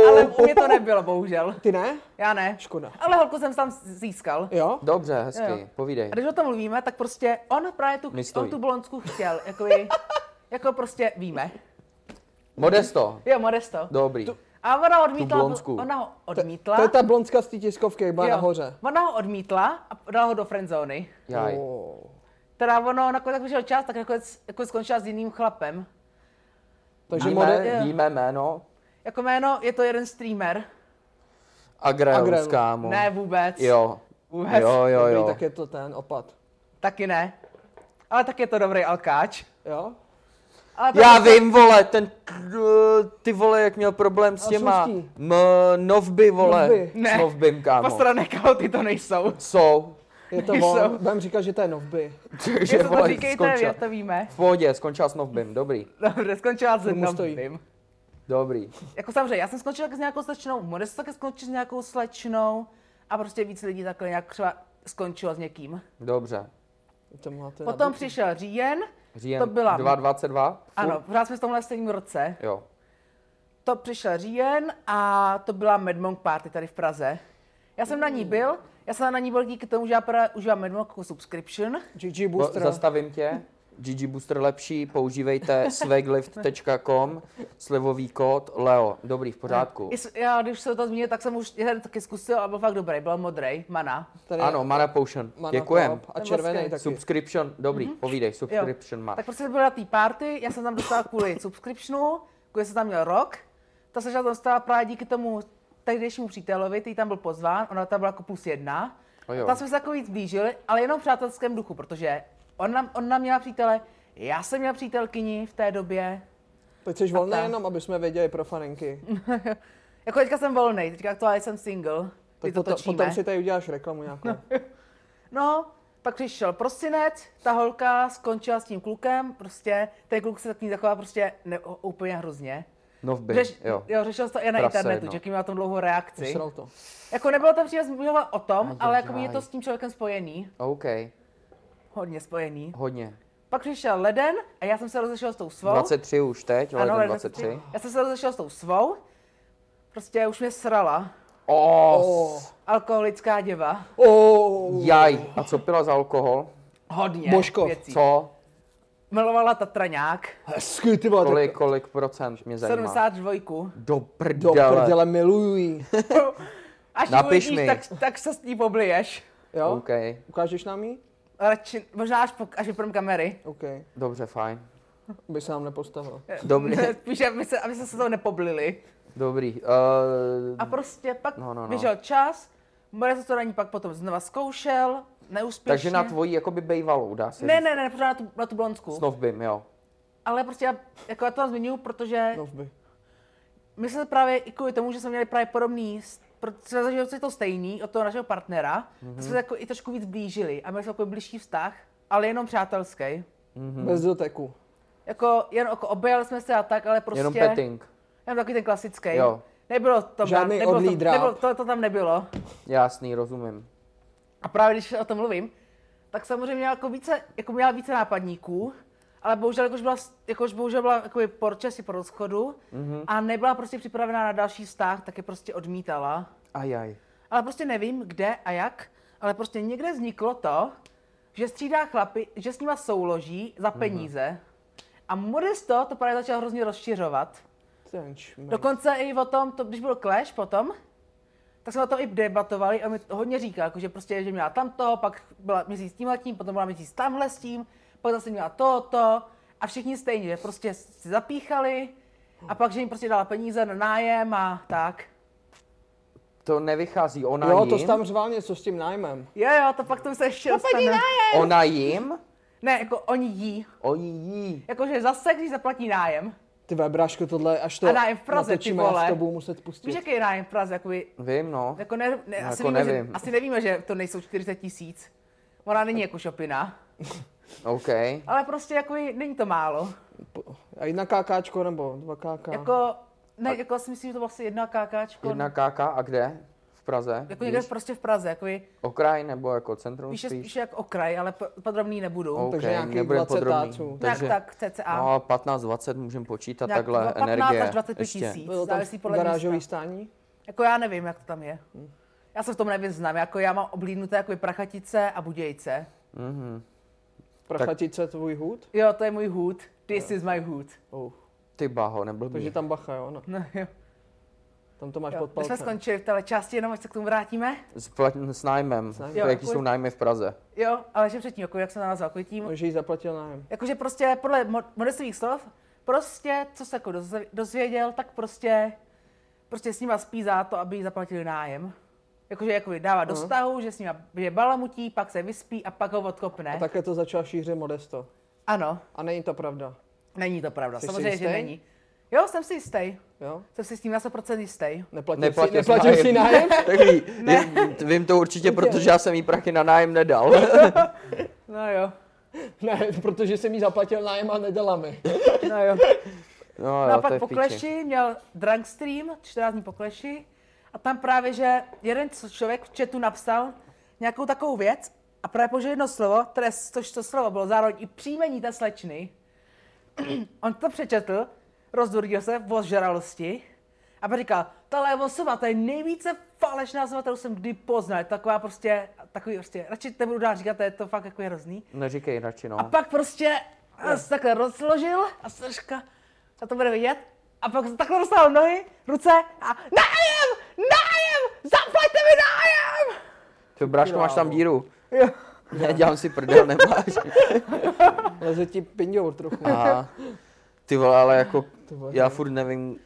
Speaker 3: ale u mě to nebylo, bohužel.
Speaker 4: Ty ne?
Speaker 3: Já ne.
Speaker 4: Škoda.
Speaker 3: Ale holku jsem tam získal.
Speaker 4: Jo?
Speaker 2: Dobře,
Speaker 3: Jo,
Speaker 2: hezky,
Speaker 3: jo.
Speaker 2: povídej.
Speaker 3: A když o tom mluvíme, tak prostě on právě tu,
Speaker 2: Nestojí.
Speaker 3: on tu blondsku chtěl, jako, ji, jako prostě víme.
Speaker 2: Modesto,
Speaker 3: Jo, modesto.
Speaker 2: dobrý.
Speaker 3: A ona odmítla,
Speaker 2: blondsku.
Speaker 3: ona ho
Speaker 4: To
Speaker 3: odmítla.
Speaker 4: je ta blondská z té tiskovky, jak byla
Speaker 3: Jo.
Speaker 4: nahoře.
Speaker 3: Ona ho odmítla a dala ho do friendzóny.
Speaker 2: Jaj.
Speaker 4: Oh.
Speaker 3: Teda ono nakonec, jak vyšel čas, tak nakonec jako skončila s jiným chlapem.
Speaker 4: Takže model...
Speaker 2: Víme, víme jméno.
Speaker 3: Jako jméno je to jeden streamer.
Speaker 2: Agreus,
Speaker 4: Agrel.
Speaker 2: kámo.
Speaker 3: Ne vůbec.
Speaker 2: No. Jo.
Speaker 3: Vůbec.
Speaker 2: Jo, jo,
Speaker 4: Dobrý,
Speaker 2: jo.
Speaker 4: tak je to ten opad.
Speaker 3: Taky ne. Ale tak je to dobrý alkáč.
Speaker 4: Jo?
Speaker 3: Ale to-
Speaker 2: Já vím, vole, ten k- ty vole, jak měl problém s
Speaker 4: A
Speaker 2: těma
Speaker 4: šustí.
Speaker 2: m, novby, vole,
Speaker 4: Novby.
Speaker 3: Ne.
Speaker 2: s novbym, kámo.
Speaker 3: Pastrane ty to nejsou.
Speaker 2: Jsou,
Speaker 4: Je to
Speaker 3: Nejsou.
Speaker 4: on. Budem říkat, že to je novby.
Speaker 2: takže
Speaker 3: Je to to
Speaker 2: vole,
Speaker 3: říkejte,
Speaker 2: skončila.
Speaker 3: vy to víme.
Speaker 2: V pohodě, skončila s novbym, dobrý,
Speaker 3: Dobře, skončila s
Speaker 4: Tomu
Speaker 3: jednou
Speaker 4: stojí.
Speaker 3: vím.
Speaker 2: dobrý.
Speaker 3: Jako samozřejmě, já jsem skončila taky s nějakou slečnou, Modest taky skončil s nějakou slečnou a prostě víc lidí takhle nějak třeba skončilo s někým.
Speaker 2: Dobře.
Speaker 4: To máte
Speaker 3: Potom
Speaker 4: nabitý.
Speaker 3: přišel říjen,
Speaker 2: Říjen
Speaker 3: to byla,
Speaker 2: 222?
Speaker 3: ano, pořád jsme v tomhle stejném roce.
Speaker 2: Jo.
Speaker 3: To přišel říjen a to byla Mad Monk Party tady v Praze. Já jsem na
Speaker 2: Mm.
Speaker 3: ní byl, já jsem na ní byl díky tomu, že já pra- užívám Mad Monk jako subscription.
Speaker 4: GG
Speaker 2: Bo,
Speaker 4: Booster.
Speaker 2: No, zastavím tě. GG Booster lepší, používejte swaglift.com, slevový kód LEO. Dobrý, v pořádku.
Speaker 3: Jest- Já, když se to zmínil, tak jsem už jeden taky zkusil a byl fakt dobrý, byl modrý, mana.
Speaker 4: Tady je
Speaker 2: Ano, Mana Potion,
Speaker 4: Mana
Speaker 2: děkujem.
Speaker 4: Top A
Speaker 3: Ten
Speaker 4: červený
Speaker 3: mozkový.
Speaker 4: taky.
Speaker 2: Subscription, dobrý, povídej,
Speaker 3: Mhm. Jo.
Speaker 2: subscription má.
Speaker 3: Tak prostě to byla tý party, já jsem tam dostala kvůli subscriptionu, kvůli jsem tam měl rok. Ta se tam dostala právě díky tomu tehdejšímu přítelovi, který tam byl pozván, ona tam byla jako plus jedna.
Speaker 4: No
Speaker 2: A jo.
Speaker 3: A tam jsme se jako víc blížili, ale jenom v přátelském duchu, protože ona, ona měla přítele, já jsem měla přítelkyni v té době.
Speaker 4: Teď jsi
Speaker 3: ta.
Speaker 4: volný jenom, aby jsme věděli pro faninky.
Speaker 3: Jako teďka jsem volnej, teďka aktuálně jsem single,
Speaker 4: Tak
Speaker 3: kdy to
Speaker 4: potom,
Speaker 3: točíme.
Speaker 4: potom si tady uděláš reklamu nějakou.
Speaker 3: No, pak přišel prosinec, ta holka skončila s tím klukem, prostě ten kluk se tak k ní zachoval prostě ne, úplně hrozně.
Speaker 2: Novby,
Speaker 3: Řeš,
Speaker 2: No, jo.
Speaker 3: jo. řešil jsi to i na
Speaker 2: Prase,
Speaker 3: internetu,
Speaker 2: no.
Speaker 3: že měla tam dlouho reakci.
Speaker 4: Sral to.
Speaker 3: Jako nebylo to příliš zmiňovat o tom,
Speaker 2: Aj,
Speaker 3: ale
Speaker 2: aj,
Speaker 3: jako je to
Speaker 2: aj.
Speaker 3: s tím člověkem spojený.
Speaker 2: OK,
Speaker 3: Hodně spojený.
Speaker 2: hodně.
Speaker 3: Pak přišel leden a já jsem se rozešel s tou svou.
Speaker 2: 23 už teď, ale
Speaker 3: No. Ano,
Speaker 2: ten
Speaker 3: leden
Speaker 2: 23.
Speaker 3: Já jsem se rozešel s tou svou. Prostě už mě srala.
Speaker 2: Oh,
Speaker 3: Alkoholická děva.
Speaker 4: Oh,
Speaker 2: jaj. A co pila za alkohol?
Speaker 3: Hodně
Speaker 4: Božkov,
Speaker 3: věcí.
Speaker 2: Co?
Speaker 3: Milovala Tatraňák.
Speaker 4: hezky ty vole.
Speaker 2: Kolik,
Speaker 4: No, tak-
Speaker 2: kolik procent mě zajímá?
Speaker 3: 72.
Speaker 2: Do
Speaker 4: Do
Speaker 2: prdele.
Speaker 4: prdele, miluju jí.
Speaker 3: Až ji
Speaker 2: Napiš
Speaker 3: uvidíš,
Speaker 2: mi.
Speaker 3: tak, tak se s ní pobliješ.
Speaker 4: Jo?
Speaker 2: OK,
Speaker 4: Ukážeš nám jí?
Speaker 3: Radši, možná až, po, až vyprám kamery.
Speaker 4: OK.
Speaker 2: dobře, fajn.
Speaker 4: By se nám nepostavil.
Speaker 3: Eh.
Speaker 2: Dobrý.
Speaker 3: Spíš, aby se, aby se se toho nepoblili.
Speaker 2: Dobrý. Uh,
Speaker 3: A prostě pak
Speaker 2: No,
Speaker 3: no,
Speaker 2: no,
Speaker 3: no,
Speaker 2: no.
Speaker 3: běžel čas, Borec to na ní pak potom znova zkoušel, neúspěšně.
Speaker 2: takže na tvojí jakoby bejvalou, dá se
Speaker 3: Ne,
Speaker 2: říct.
Speaker 3: ne, ne, pořád na tu, na tu blonsku.
Speaker 2: Snovbym, jo.
Speaker 3: Ale prostě já, jako já to tam zmiňuji, protože no.
Speaker 4: Novby.
Speaker 3: my jsme právě i kvůli tomu, že jsme měli právě podobný, s- protože jsme zažili to stejný od toho našeho partnera, mm-hmm. jsme se jako i trošku víc blížili a měli jsme jako blížší vztah, ale jenom přátelský.
Speaker 2: Mhm.
Speaker 4: Bez doteku.
Speaker 3: Jako jen jako objeli jsme se a tak, ale prostě...
Speaker 2: Jenom petting.
Speaker 3: Jenom takový ten klasický.
Speaker 2: Jo.
Speaker 3: Nebylo to
Speaker 4: Žádný
Speaker 3: nebylo
Speaker 4: orlí
Speaker 3: to,
Speaker 4: dráp.
Speaker 3: nebylo, to, to tam nebylo.
Speaker 2: Jasný, rozumím.
Speaker 3: A právě když o tom mluvím, tak samozřejmě měla jako více, jako měla více nápadníků, ale bohužel jakož byla, jakož bohužel byla jakoby po časi po rozchodu mm-hmm. a nebyla prostě připravená na další vztah, tak je prostě odmítala.
Speaker 2: Ajaj.
Speaker 3: Ale prostě nevím kde a jak, ale prostě někde vzniklo to, že střídá chlapy, že s nima souloží za peníze. A Modesto to právě začal hrozně rozšiřovat.
Speaker 4: Ten čmej.
Speaker 3: Dokonce i o tom, to, když byl Clash potom, tak jsme o tom i debatovali a mi to hodně říkal, jako, že prostě, že měla tam toho, pak byla měsíc s tímhle tím, potom byla měsíc tamhle s tím, pak zase měla toto a všichni stejně, že prostě si zapíchali a pak, že jim prostě dala peníze na nájem a tak.
Speaker 2: To nevychází, ona
Speaker 4: Jo,
Speaker 2: jim?
Speaker 4: to jsi tam řval něco s tím nájmem.
Speaker 3: Jo, jo, to pak to se ještě dostane.
Speaker 2: Ona jim?
Speaker 3: Ne, jako oni jí.
Speaker 2: Oni jí.
Speaker 3: Jakože zase, když zaplatí nájem.
Speaker 4: Ty vebráško, tohle až to
Speaker 3: A nájem v Praze, ty
Speaker 4: natočíme, já
Speaker 3: vole.
Speaker 4: s tebou muset pustit.
Speaker 3: Víš, jaký je nájem v Praze? Jakoby,
Speaker 2: Vím, no.
Speaker 3: jako ne, ne, asi,
Speaker 2: jako
Speaker 3: víme, že,
Speaker 2: nevím.
Speaker 3: asi nevíme, že to nejsou 40 tisíc. Ona není jako šopina.
Speaker 2: OK.
Speaker 3: Ale prostě jako i- není to málo.
Speaker 4: Po- A jedna kákáčko nebo dva káká.
Speaker 3: Jako, ne, jako si myslím, že to bylo asi jedna kákáčko.
Speaker 2: Jedna KK a kde? V Praze?
Speaker 3: Jako někde
Speaker 2: víš?
Speaker 3: prostě v Praze, jako je-
Speaker 2: Okraj nebo jako centrum
Speaker 3: píše
Speaker 2: spíš?
Speaker 3: spíše jak okraj, ale po- podrobný nebudu.
Speaker 2: OK,
Speaker 4: takže nějakých
Speaker 2: nebude
Speaker 4: 20
Speaker 2: podrobný.
Speaker 4: táců.
Speaker 3: tak, tak, cca.
Speaker 2: No, 15-20 můžeme počítat
Speaker 3: Tak
Speaker 2: takhle
Speaker 3: 15 až
Speaker 2: energie.
Speaker 3: 25
Speaker 2: ještě.
Speaker 3: tisíc.
Speaker 4: Bylo tam
Speaker 3: Závisí podle
Speaker 4: garážový
Speaker 3: místa.
Speaker 4: stání?
Speaker 3: Jako já nevím, jak to tam je. Já se v tom nevyznám, jako já mám oblídnuté jako prachatice a budějce.
Speaker 4: Prachatice tvůj hůd?
Speaker 3: Jo, to je můj hůd. This is my hood.
Speaker 4: Oh.
Speaker 2: Ty baho, nebyl
Speaker 4: Takže tam bacha, jo, no.
Speaker 3: No, jo.
Speaker 4: Tam to máš
Speaker 3: jo.
Speaker 4: pod
Speaker 3: My jsme
Speaker 4: palcem.
Speaker 3: skončili v téhle části, jenom až se k tomu vrátíme.
Speaker 2: s, plat- s nájmem, s
Speaker 4: nájmem.
Speaker 3: Jo,
Speaker 2: jaký
Speaker 3: jako-
Speaker 2: jsou nájmy v Praze.
Speaker 3: Jo, ale ještě předtím, jako jak jsem to nazval, jako tím,
Speaker 4: Že jí zaplatil nájem.
Speaker 3: Jakože prostě podle mo- modestových slov, prostě, co se jako dozv- dozvěděl, tak prostě, prostě s nima spí za to, aby jí zaplatili nájem. Jakože jakoby dává
Speaker 4: Mhm.
Speaker 3: do vztahu, že s nima je balamutí, pak se vyspí a pak ho odkopne.
Speaker 4: A takhle to začal šířit Modesto.
Speaker 3: Ano,
Speaker 4: A není to pravda,
Speaker 3: není to pravda,
Speaker 4: Jsi si
Speaker 3: samozřejmě, že
Speaker 4: jistý?
Speaker 3: není. Jo, jsem si jistý.
Speaker 4: jo?
Speaker 3: Jsem si s tím na 100% jistý.
Speaker 4: Neplatil,
Speaker 2: Neplatil
Speaker 4: si, neplatil si nájem?
Speaker 2: Takový, vím, vím to určitě, protože já jsem jí prachy na nájem nedal.
Speaker 3: No jo,
Speaker 4: ne, protože jsem jí zaplatil nájem a nedala mi.
Speaker 3: no jo.
Speaker 2: No, jo,
Speaker 3: No a
Speaker 2: to je
Speaker 3: pak
Speaker 2: v
Speaker 3: po
Speaker 2: píči.
Speaker 3: Kleši měl drunk stream, 14 dní po Kleši, a tam právě, že jeden co- člověk v chatu napsal nějakou takovou věc a právě použil jedno slovo, které, s- což to slovo bylo zároveň i příjmení té slečny. On to přečetl, rozdurdil se v žralosti a pak říkal, tahle osoba, to je nejvíce falešná osoba, kterou jsem kdy poznal. Je to Taková prostě, takový prostě, radši nebudu dál říkat, to je to fakt jako je hrozný.
Speaker 2: Neříkej radši, no.
Speaker 3: A pak prostě se takhle rozložil a se říká, a to bude vidět. A pak se takhle dostal nohy, ruce a nájem, nájem, zaplaťte mi nájem!
Speaker 2: Ty bráško, máš tam
Speaker 4: Wow.
Speaker 2: díru. Ne, dělám si prdel, nemáš.
Speaker 4: Leze ti pindour trochu.
Speaker 2: A ty vole, ale jako,
Speaker 4: vole.
Speaker 2: já furt nevím,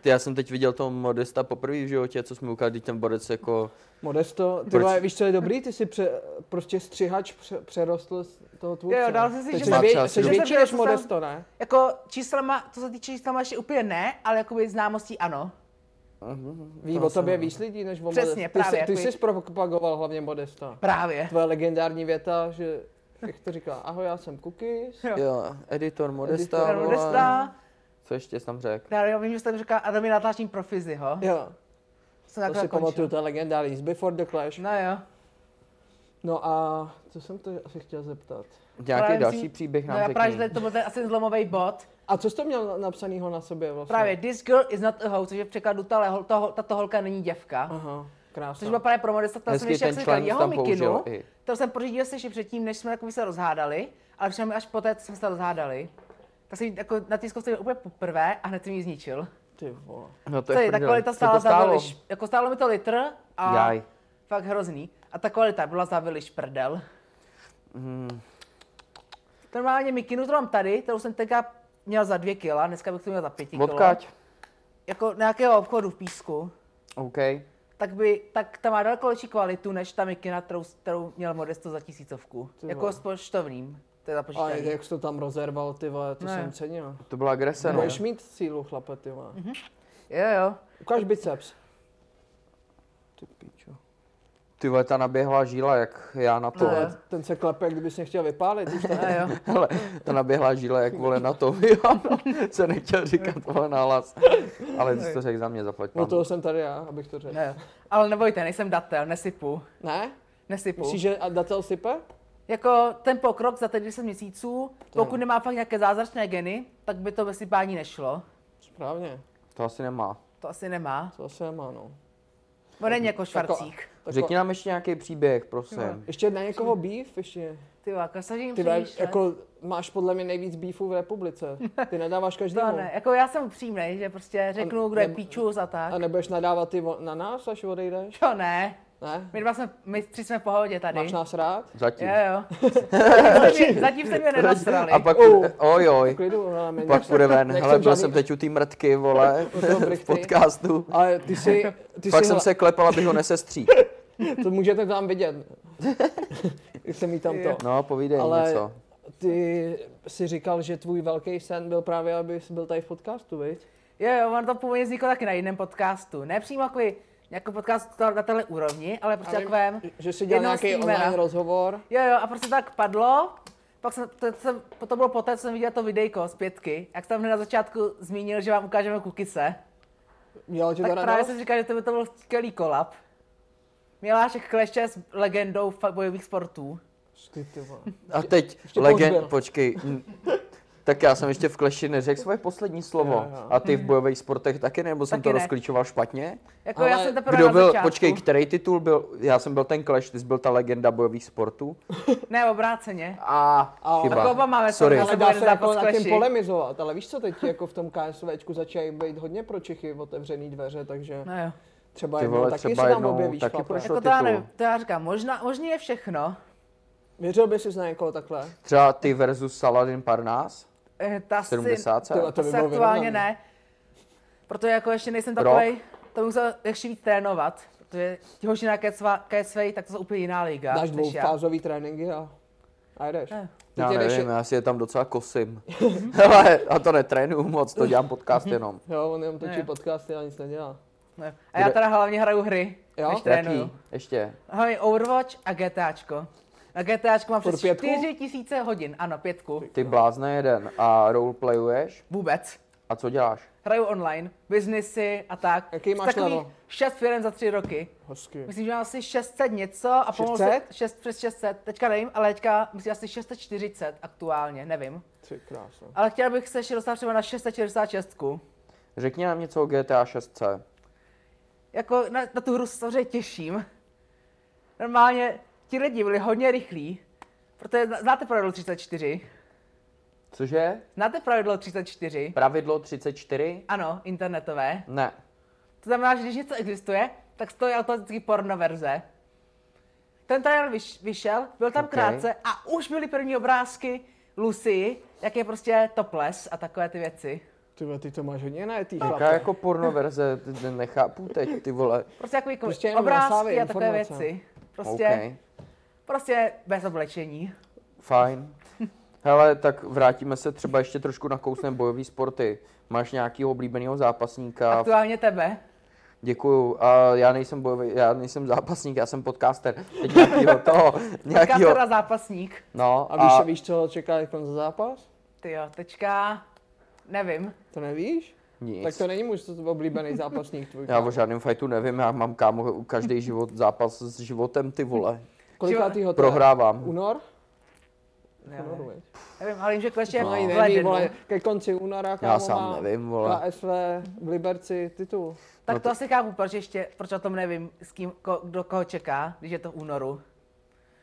Speaker 2: ty, já jsem teď viděl toho modesta poprvé v životě, co jsme ukázali, když ten borec jako,
Speaker 4: Modesto, ty
Speaker 2: Proč?
Speaker 4: vole, víš, co je dobrý? Ty si pře, prostě střihač pře, přerostl z toho tvůrce.
Speaker 3: Jo, jo, dal jsi si, že
Speaker 4: Takže
Speaker 3: jsem-
Speaker 4: vě-
Speaker 2: že jsem
Speaker 4: jsi
Speaker 2: viděl,
Speaker 4: větší
Speaker 3: že
Speaker 4: než
Speaker 3: jsem-
Speaker 4: Modesto, ne?
Speaker 3: Jako číslama, co se týče číslama ještě úplně ne, ale jakoby známostí ano.
Speaker 4: Ví o tobě
Speaker 2: no.
Speaker 4: víc lidí než o
Speaker 3: Přesně,
Speaker 4: Modesto. Ty
Speaker 3: právě,
Speaker 4: jsi- Ty
Speaker 3: jako-
Speaker 4: jsi propagoval hlavně Modesta.
Speaker 3: Právě.
Speaker 4: Tvoje legendární věta, že, jak to říká, ahoj, já jsem Cookies.
Speaker 3: Jo.
Speaker 2: jo, editor modesta,
Speaker 4: Editor
Speaker 2: vole.
Speaker 3: Modesta,
Speaker 2: co ještě jsi tam řekl?
Speaker 3: já jo, vím, že jsem říkal, Adam je natlačím pro fyziho.
Speaker 4: Jo,
Speaker 3: Jsem
Speaker 4: to si
Speaker 3: takhle
Speaker 4: pamatuju,
Speaker 3: končil.
Speaker 4: to je legendární, z Before the Clash.
Speaker 3: No jo.
Speaker 4: No a co jsem to asi chtěl zeptat?
Speaker 2: Nějaký
Speaker 3: Právě
Speaker 2: další
Speaker 3: myslím-
Speaker 2: příběh
Speaker 3: No
Speaker 2: nám
Speaker 3: já
Speaker 2: řekni.
Speaker 3: právě, že to byl ten asi zlomový bod,
Speaker 4: A co jsi to měl na- napsanýho na sobě vlastně?
Speaker 3: Právě This girl is not a hoe, což je v překladu tahle, hol- toho, tato holka není děvka.
Speaker 4: Aha,
Speaker 3: Což
Speaker 4: krásná.
Speaker 3: byl právě pro modesta, tam
Speaker 2: No.
Speaker 3: jsem
Speaker 2: Hezky
Speaker 3: ještě, jak
Speaker 2: ten
Speaker 3: jsem říkal,
Speaker 2: člen
Speaker 3: jeho
Speaker 2: tam použil
Speaker 3: mikinu,
Speaker 2: i.
Speaker 3: kterou jsem pořídil se ještě předtím, než jsme jako se rozhádali, ale přišel mi až poté, co jsme se rozhádali. Tak jsem ji jako na tiskovce měl úplně poprvé a hned jsem ji zničil.
Speaker 4: Ty vole.
Speaker 2: No to
Speaker 3: To
Speaker 2: je
Speaker 3: je, ta
Speaker 2: prdel. Co
Speaker 3: kvalita
Speaker 2: to
Speaker 3: stála za
Speaker 2: stálo?
Speaker 3: viliš, jako stálo mi to litr a
Speaker 2: Jaj.
Speaker 3: fakt hrozný. A ta kvalita byla za viliš prdel.
Speaker 2: Hmm.
Speaker 3: Normálně mikinu, kterou mám tady, kterou jsem tenkrát měl za dvě kila, dneska bych to měl za pěti kilo.
Speaker 2: Odkaď?
Speaker 3: Jako nějakého obchodu v písku.
Speaker 2: OK.
Speaker 3: tak, by, tak ta má daleko lepší kvalitu než ta mikina, kterou, kterou měl Modesto za tisícovku.
Speaker 4: Ty
Speaker 3: jako
Speaker 4: vole.
Speaker 3: s poštovným. To je
Speaker 4: A
Speaker 3: započítaný.
Speaker 4: jak jsi to tam rozerval, ty vole, to
Speaker 3: Ne.
Speaker 4: jsem cenil.
Speaker 2: To byla agrese, no.
Speaker 4: Budeš mít sílu, chlape, ty vole.
Speaker 3: Mhm. Jo, jo.
Speaker 4: Ukaž biceps. Ty pičo.
Speaker 2: Ty vole, ta naběhlá žíla, jak já na to.
Speaker 3: No, jo.
Speaker 2: No.
Speaker 4: Ten se klepe, jak kdybys mě chtěl vypálit. Už tak...
Speaker 3: Jo, jo.
Speaker 2: Hele, ta naběhlá žíla, jak vole na to. Jo, no, se nechtěl říkat vole nahlas. Ale ty jsi to řekl za mě, zaplať
Speaker 4: No
Speaker 2: pán.
Speaker 4: toho jsem tady já, abych to řekl.
Speaker 3: No, jo. Ale nebojte, nejsem datel, nesypu.
Speaker 4: Ne?
Speaker 3: Nesypu.
Speaker 4: Myslíš, že a datel sype?
Speaker 3: Jako ten pokrok za těch 10 měsíců, pokud nemá fakt nějaké zázračné geny, tak by to bez sypání nešlo.
Speaker 4: Správně.
Speaker 2: To asi nemá.
Speaker 3: To asi nemá.
Speaker 4: To asi nemá, no.
Speaker 3: On není jako
Speaker 4: Tako-
Speaker 3: švarcík.
Speaker 4: tako-
Speaker 2: Řekni nám ještě nějaký příběh, prosím.
Speaker 4: Ještě na někoho býv, ještě.
Speaker 3: Ty jo, jako se jim
Speaker 4: Ty vole,
Speaker 3: přemýšlet.
Speaker 4: jako máš podle mě nejvíc býfů v republice. Ty nadáváš každému.
Speaker 3: To ne, jako já jsem upřímnej, že prostě řeknu, kdo je
Speaker 4: nem-
Speaker 3: píčus a tak.
Speaker 4: A nebudeš nadávat ty vo- na nás, až odejdeš?
Speaker 3: To ne.
Speaker 4: Ne?
Speaker 3: My dva jsme, my tři jsme v pohodě tady.
Speaker 4: Máš nás rád?
Speaker 2: Zatím.
Speaker 3: Jo, jo. Zatím se mě- Zatím se mě nenasrali.
Speaker 2: A pak,
Speaker 4: Oh.
Speaker 2: oj, oj.
Speaker 4: Klidu, no, ale mě
Speaker 2: Pak půjde ven.
Speaker 4: Nechcem
Speaker 2: Hele, byl
Speaker 4: žádný-
Speaker 2: jsem teď u té mrtky, vole, v
Speaker 4: toho brichty.
Speaker 2: podcastu.
Speaker 4: Ale ty si, ty
Speaker 2: Pak
Speaker 4: si,
Speaker 2: jsem
Speaker 4: hele,
Speaker 2: se klepal, abych ho nesestří.
Speaker 4: to můžete tam vidět. Jak jsem jí tam to.
Speaker 2: No, povídej
Speaker 4: Ale-
Speaker 2: něco.
Speaker 4: Ty si říkal, že tvůj velký sen byl právě, abys byl tady v podcastu, viď?
Speaker 3: Jo, jo, on to původně vzniklo taky na jiném podcastu. Ne přímo jako jako podcast to- na téhle úrovni, ale prostě
Speaker 4: Ale-
Speaker 3: takovém.
Speaker 4: Že si dělal
Speaker 3: jednoho
Speaker 4: nějaký
Speaker 3: streamera.
Speaker 4: online rozhovor.
Speaker 3: Jo, jo, a prostě tak padlo. Pak jsem, to, jsem, to, to bylo poté, co jsem viděl to videjko z pětky, jak jsem hned na začátku zmínil, že vám ukážeme kukise.
Speaker 4: Dělal ti to
Speaker 3: Tak právě
Speaker 4: radost?
Speaker 3: jsem říkal, že to by to byl skvělý kolab. Milášek kleště s legendou fa- bojových sportů.
Speaker 4: Ty, ty vole.
Speaker 2: A teď
Speaker 4: ještě
Speaker 2: legend,
Speaker 4: pohřbil.
Speaker 2: počkej. hm. Tak já jsem ještě v Clashi neřekl svoje poslední slovo.
Speaker 4: Jo, jo.
Speaker 2: A ty v bojových sportech taky, nebo jsem
Speaker 3: Taky
Speaker 2: to
Speaker 3: ne.
Speaker 2: rozklíčoval špatně?
Speaker 3: Jako
Speaker 4: Ale
Speaker 3: já jsem teprve
Speaker 2: Kdo
Speaker 3: na
Speaker 2: byl,
Speaker 3: začátku.
Speaker 2: počkej, který titul byl? Já jsem byl ten Clash, ty jsi byl ta legenda bojových sportů.
Speaker 3: Ne, obráceně.
Speaker 2: A,
Speaker 4: A-
Speaker 2: chyba.
Speaker 3: Tak oba máme
Speaker 2: Sorry.
Speaker 3: to,
Speaker 4: Ale
Speaker 3: se
Speaker 4: dá
Speaker 3: bude
Speaker 4: se
Speaker 3: zápas
Speaker 4: jako nad tím
Speaker 3: kleši.
Speaker 4: polemizovat, ale víš co, teď jako v tom KSVčku začínají být hodně pro Čechy otevřený dveře, takže
Speaker 3: No jo.
Speaker 4: třeba
Speaker 2: Ty
Speaker 4: jednou
Speaker 2: vole,
Speaker 4: taky
Speaker 2: třeba
Speaker 4: se tam
Speaker 2: jednou
Speaker 4: objevíš.
Speaker 2: taky
Speaker 4: Taky
Speaker 2: prošlo.
Speaker 3: Jako to já
Speaker 2: titul?
Speaker 3: nevím, to já říkám, možná, možný je všechno.
Speaker 4: Věřil bys si na někoho takhle?
Speaker 2: Třeba ty versus Saladin Parnas?
Speaker 3: Eh, Ta si,
Speaker 2: 70.
Speaker 4: Ty vole,
Speaker 3: to
Speaker 4: to
Speaker 3: by
Speaker 4: by
Speaker 3: se
Speaker 4: bylo
Speaker 3: aktuálně
Speaker 4: vyrovnaný.
Speaker 3: ne. Protože jako ještě nejsem
Speaker 2: Rok?
Speaker 3: takový, to musel ještě víc trénovat. Protože ti hoši na KSV, tak to je úplně jiná liga.
Speaker 4: Dáš
Speaker 3: než já.
Speaker 4: dvoufázový tréninky a, a jdeš.
Speaker 3: Ne.
Speaker 4: Teď
Speaker 2: Já
Speaker 4: jedeš,
Speaker 2: nevím, já si je tam docela kosím. Hele, a to netrénuju moc, to dělám podcast
Speaker 3: Mhm.
Speaker 2: jenom.
Speaker 4: jo, on jenom točí
Speaker 3: Ne.
Speaker 4: podcasty a nic nedělá.
Speaker 3: Ne. A já teda hlavně hraju hry,
Speaker 4: Jo?
Speaker 3: než trénuju.
Speaker 2: Jaký? Ještě.
Speaker 3: Hlavně Overwatch a GTAčko. Na GTAčko mám
Speaker 4: Furt
Speaker 3: přes
Speaker 4: pětku?
Speaker 3: 4 tisíce hodin, ano, pětku.
Speaker 2: Ty blázne jeden a roleplayuješ?
Speaker 3: Vůbec.
Speaker 2: A co děláš?
Speaker 3: Hraju online, biznisy a tak.
Speaker 4: Jaký
Speaker 3: Z
Speaker 4: máš
Speaker 3: takových
Speaker 4: level?
Speaker 3: 6 firm za 3 roky.
Speaker 4: Hezky.
Speaker 3: Myslím, že mám asi 600 něco a pomalu se
Speaker 4: 600?
Speaker 3: 6, přes 600, teďka nevím, ale teďka myslím asi 640 aktuálně, nevím.
Speaker 4: Ty krásno.
Speaker 3: Ale chtěl bych se ještě dostat třeba na 666.
Speaker 2: Řekni nám něco o GTA 6C.
Speaker 3: Jako na, na tu hru se samozřejmě těším. Normálně ti lidi byli hodně rychlí, protože zna- znáte pravidlo 34.
Speaker 2: Cože?
Speaker 3: Znáte pravidlo 34?
Speaker 2: Pravidlo 34?
Speaker 3: Ano, internetové.
Speaker 2: Ne.
Speaker 3: To znamená, že když něco existuje, tak stojí automaticky porno verze. Ten trailer vyš, vyšel, byl tam
Speaker 2: Ok.
Speaker 3: okay. krátce a už byly první obrázky Lucy, jak je prostě topless a takové ty věci.
Speaker 4: Ty vole, ty to máš hodně na etý
Speaker 2: Jaká
Speaker 4: chlape.
Speaker 2: jako porno verze? Ty- ty Nechápu teď, ty vole.
Speaker 3: Prostě jako
Speaker 4: Prostě
Speaker 3: prostě
Speaker 4: jenom
Speaker 3: obrázky
Speaker 4: nasávej
Speaker 3: a takové
Speaker 4: informace.
Speaker 3: věci. Prostě, okay.
Speaker 2: OK,
Speaker 3: prostě bez oblečení.
Speaker 2: fajn. Hele, tak vrátíme se třeba ještě trošku na kousnem bojový sporty. Máš nějakého oblíbeného zápasníka?
Speaker 3: Aktuálně tebe.
Speaker 2: Děkuju. A já nejsem bojový, já nejsem zápasník, já jsem podcaster. Teď nějakýho toho, nějakýho.
Speaker 3: Kater a zápasník.
Speaker 2: No,
Speaker 4: A víš, a... víš, co ho čeká jak za zápas?
Speaker 3: Ty jo, tečka, nevím.
Speaker 4: To nevíš?
Speaker 2: nic.
Speaker 4: Tak to není můj to oblíbený zápasník tvůj.
Speaker 2: Já o žádném fajtu nevím, já mám kámo každý život zápas s životem, ty vole.
Speaker 4: Kolikátýho to je?
Speaker 2: Prohrávám.
Speaker 4: Únor?
Speaker 3: Já
Speaker 4: Únoru,
Speaker 3: nevím,
Speaker 4: viď?
Speaker 3: nevím ale vím, že kleště je
Speaker 4: No,
Speaker 3: v
Speaker 4: nevím,
Speaker 3: lednu.
Speaker 4: vole, ke konci února, kámo,
Speaker 2: Já sám
Speaker 4: má
Speaker 2: nevím, vole.
Speaker 4: KSV v Liberci titul.
Speaker 2: No
Speaker 3: Tak no to,
Speaker 2: to-
Speaker 3: asi chápu, proč ještě, proč o tom nevím, s kým, ko, kdo koho čeká, když je to v únoru.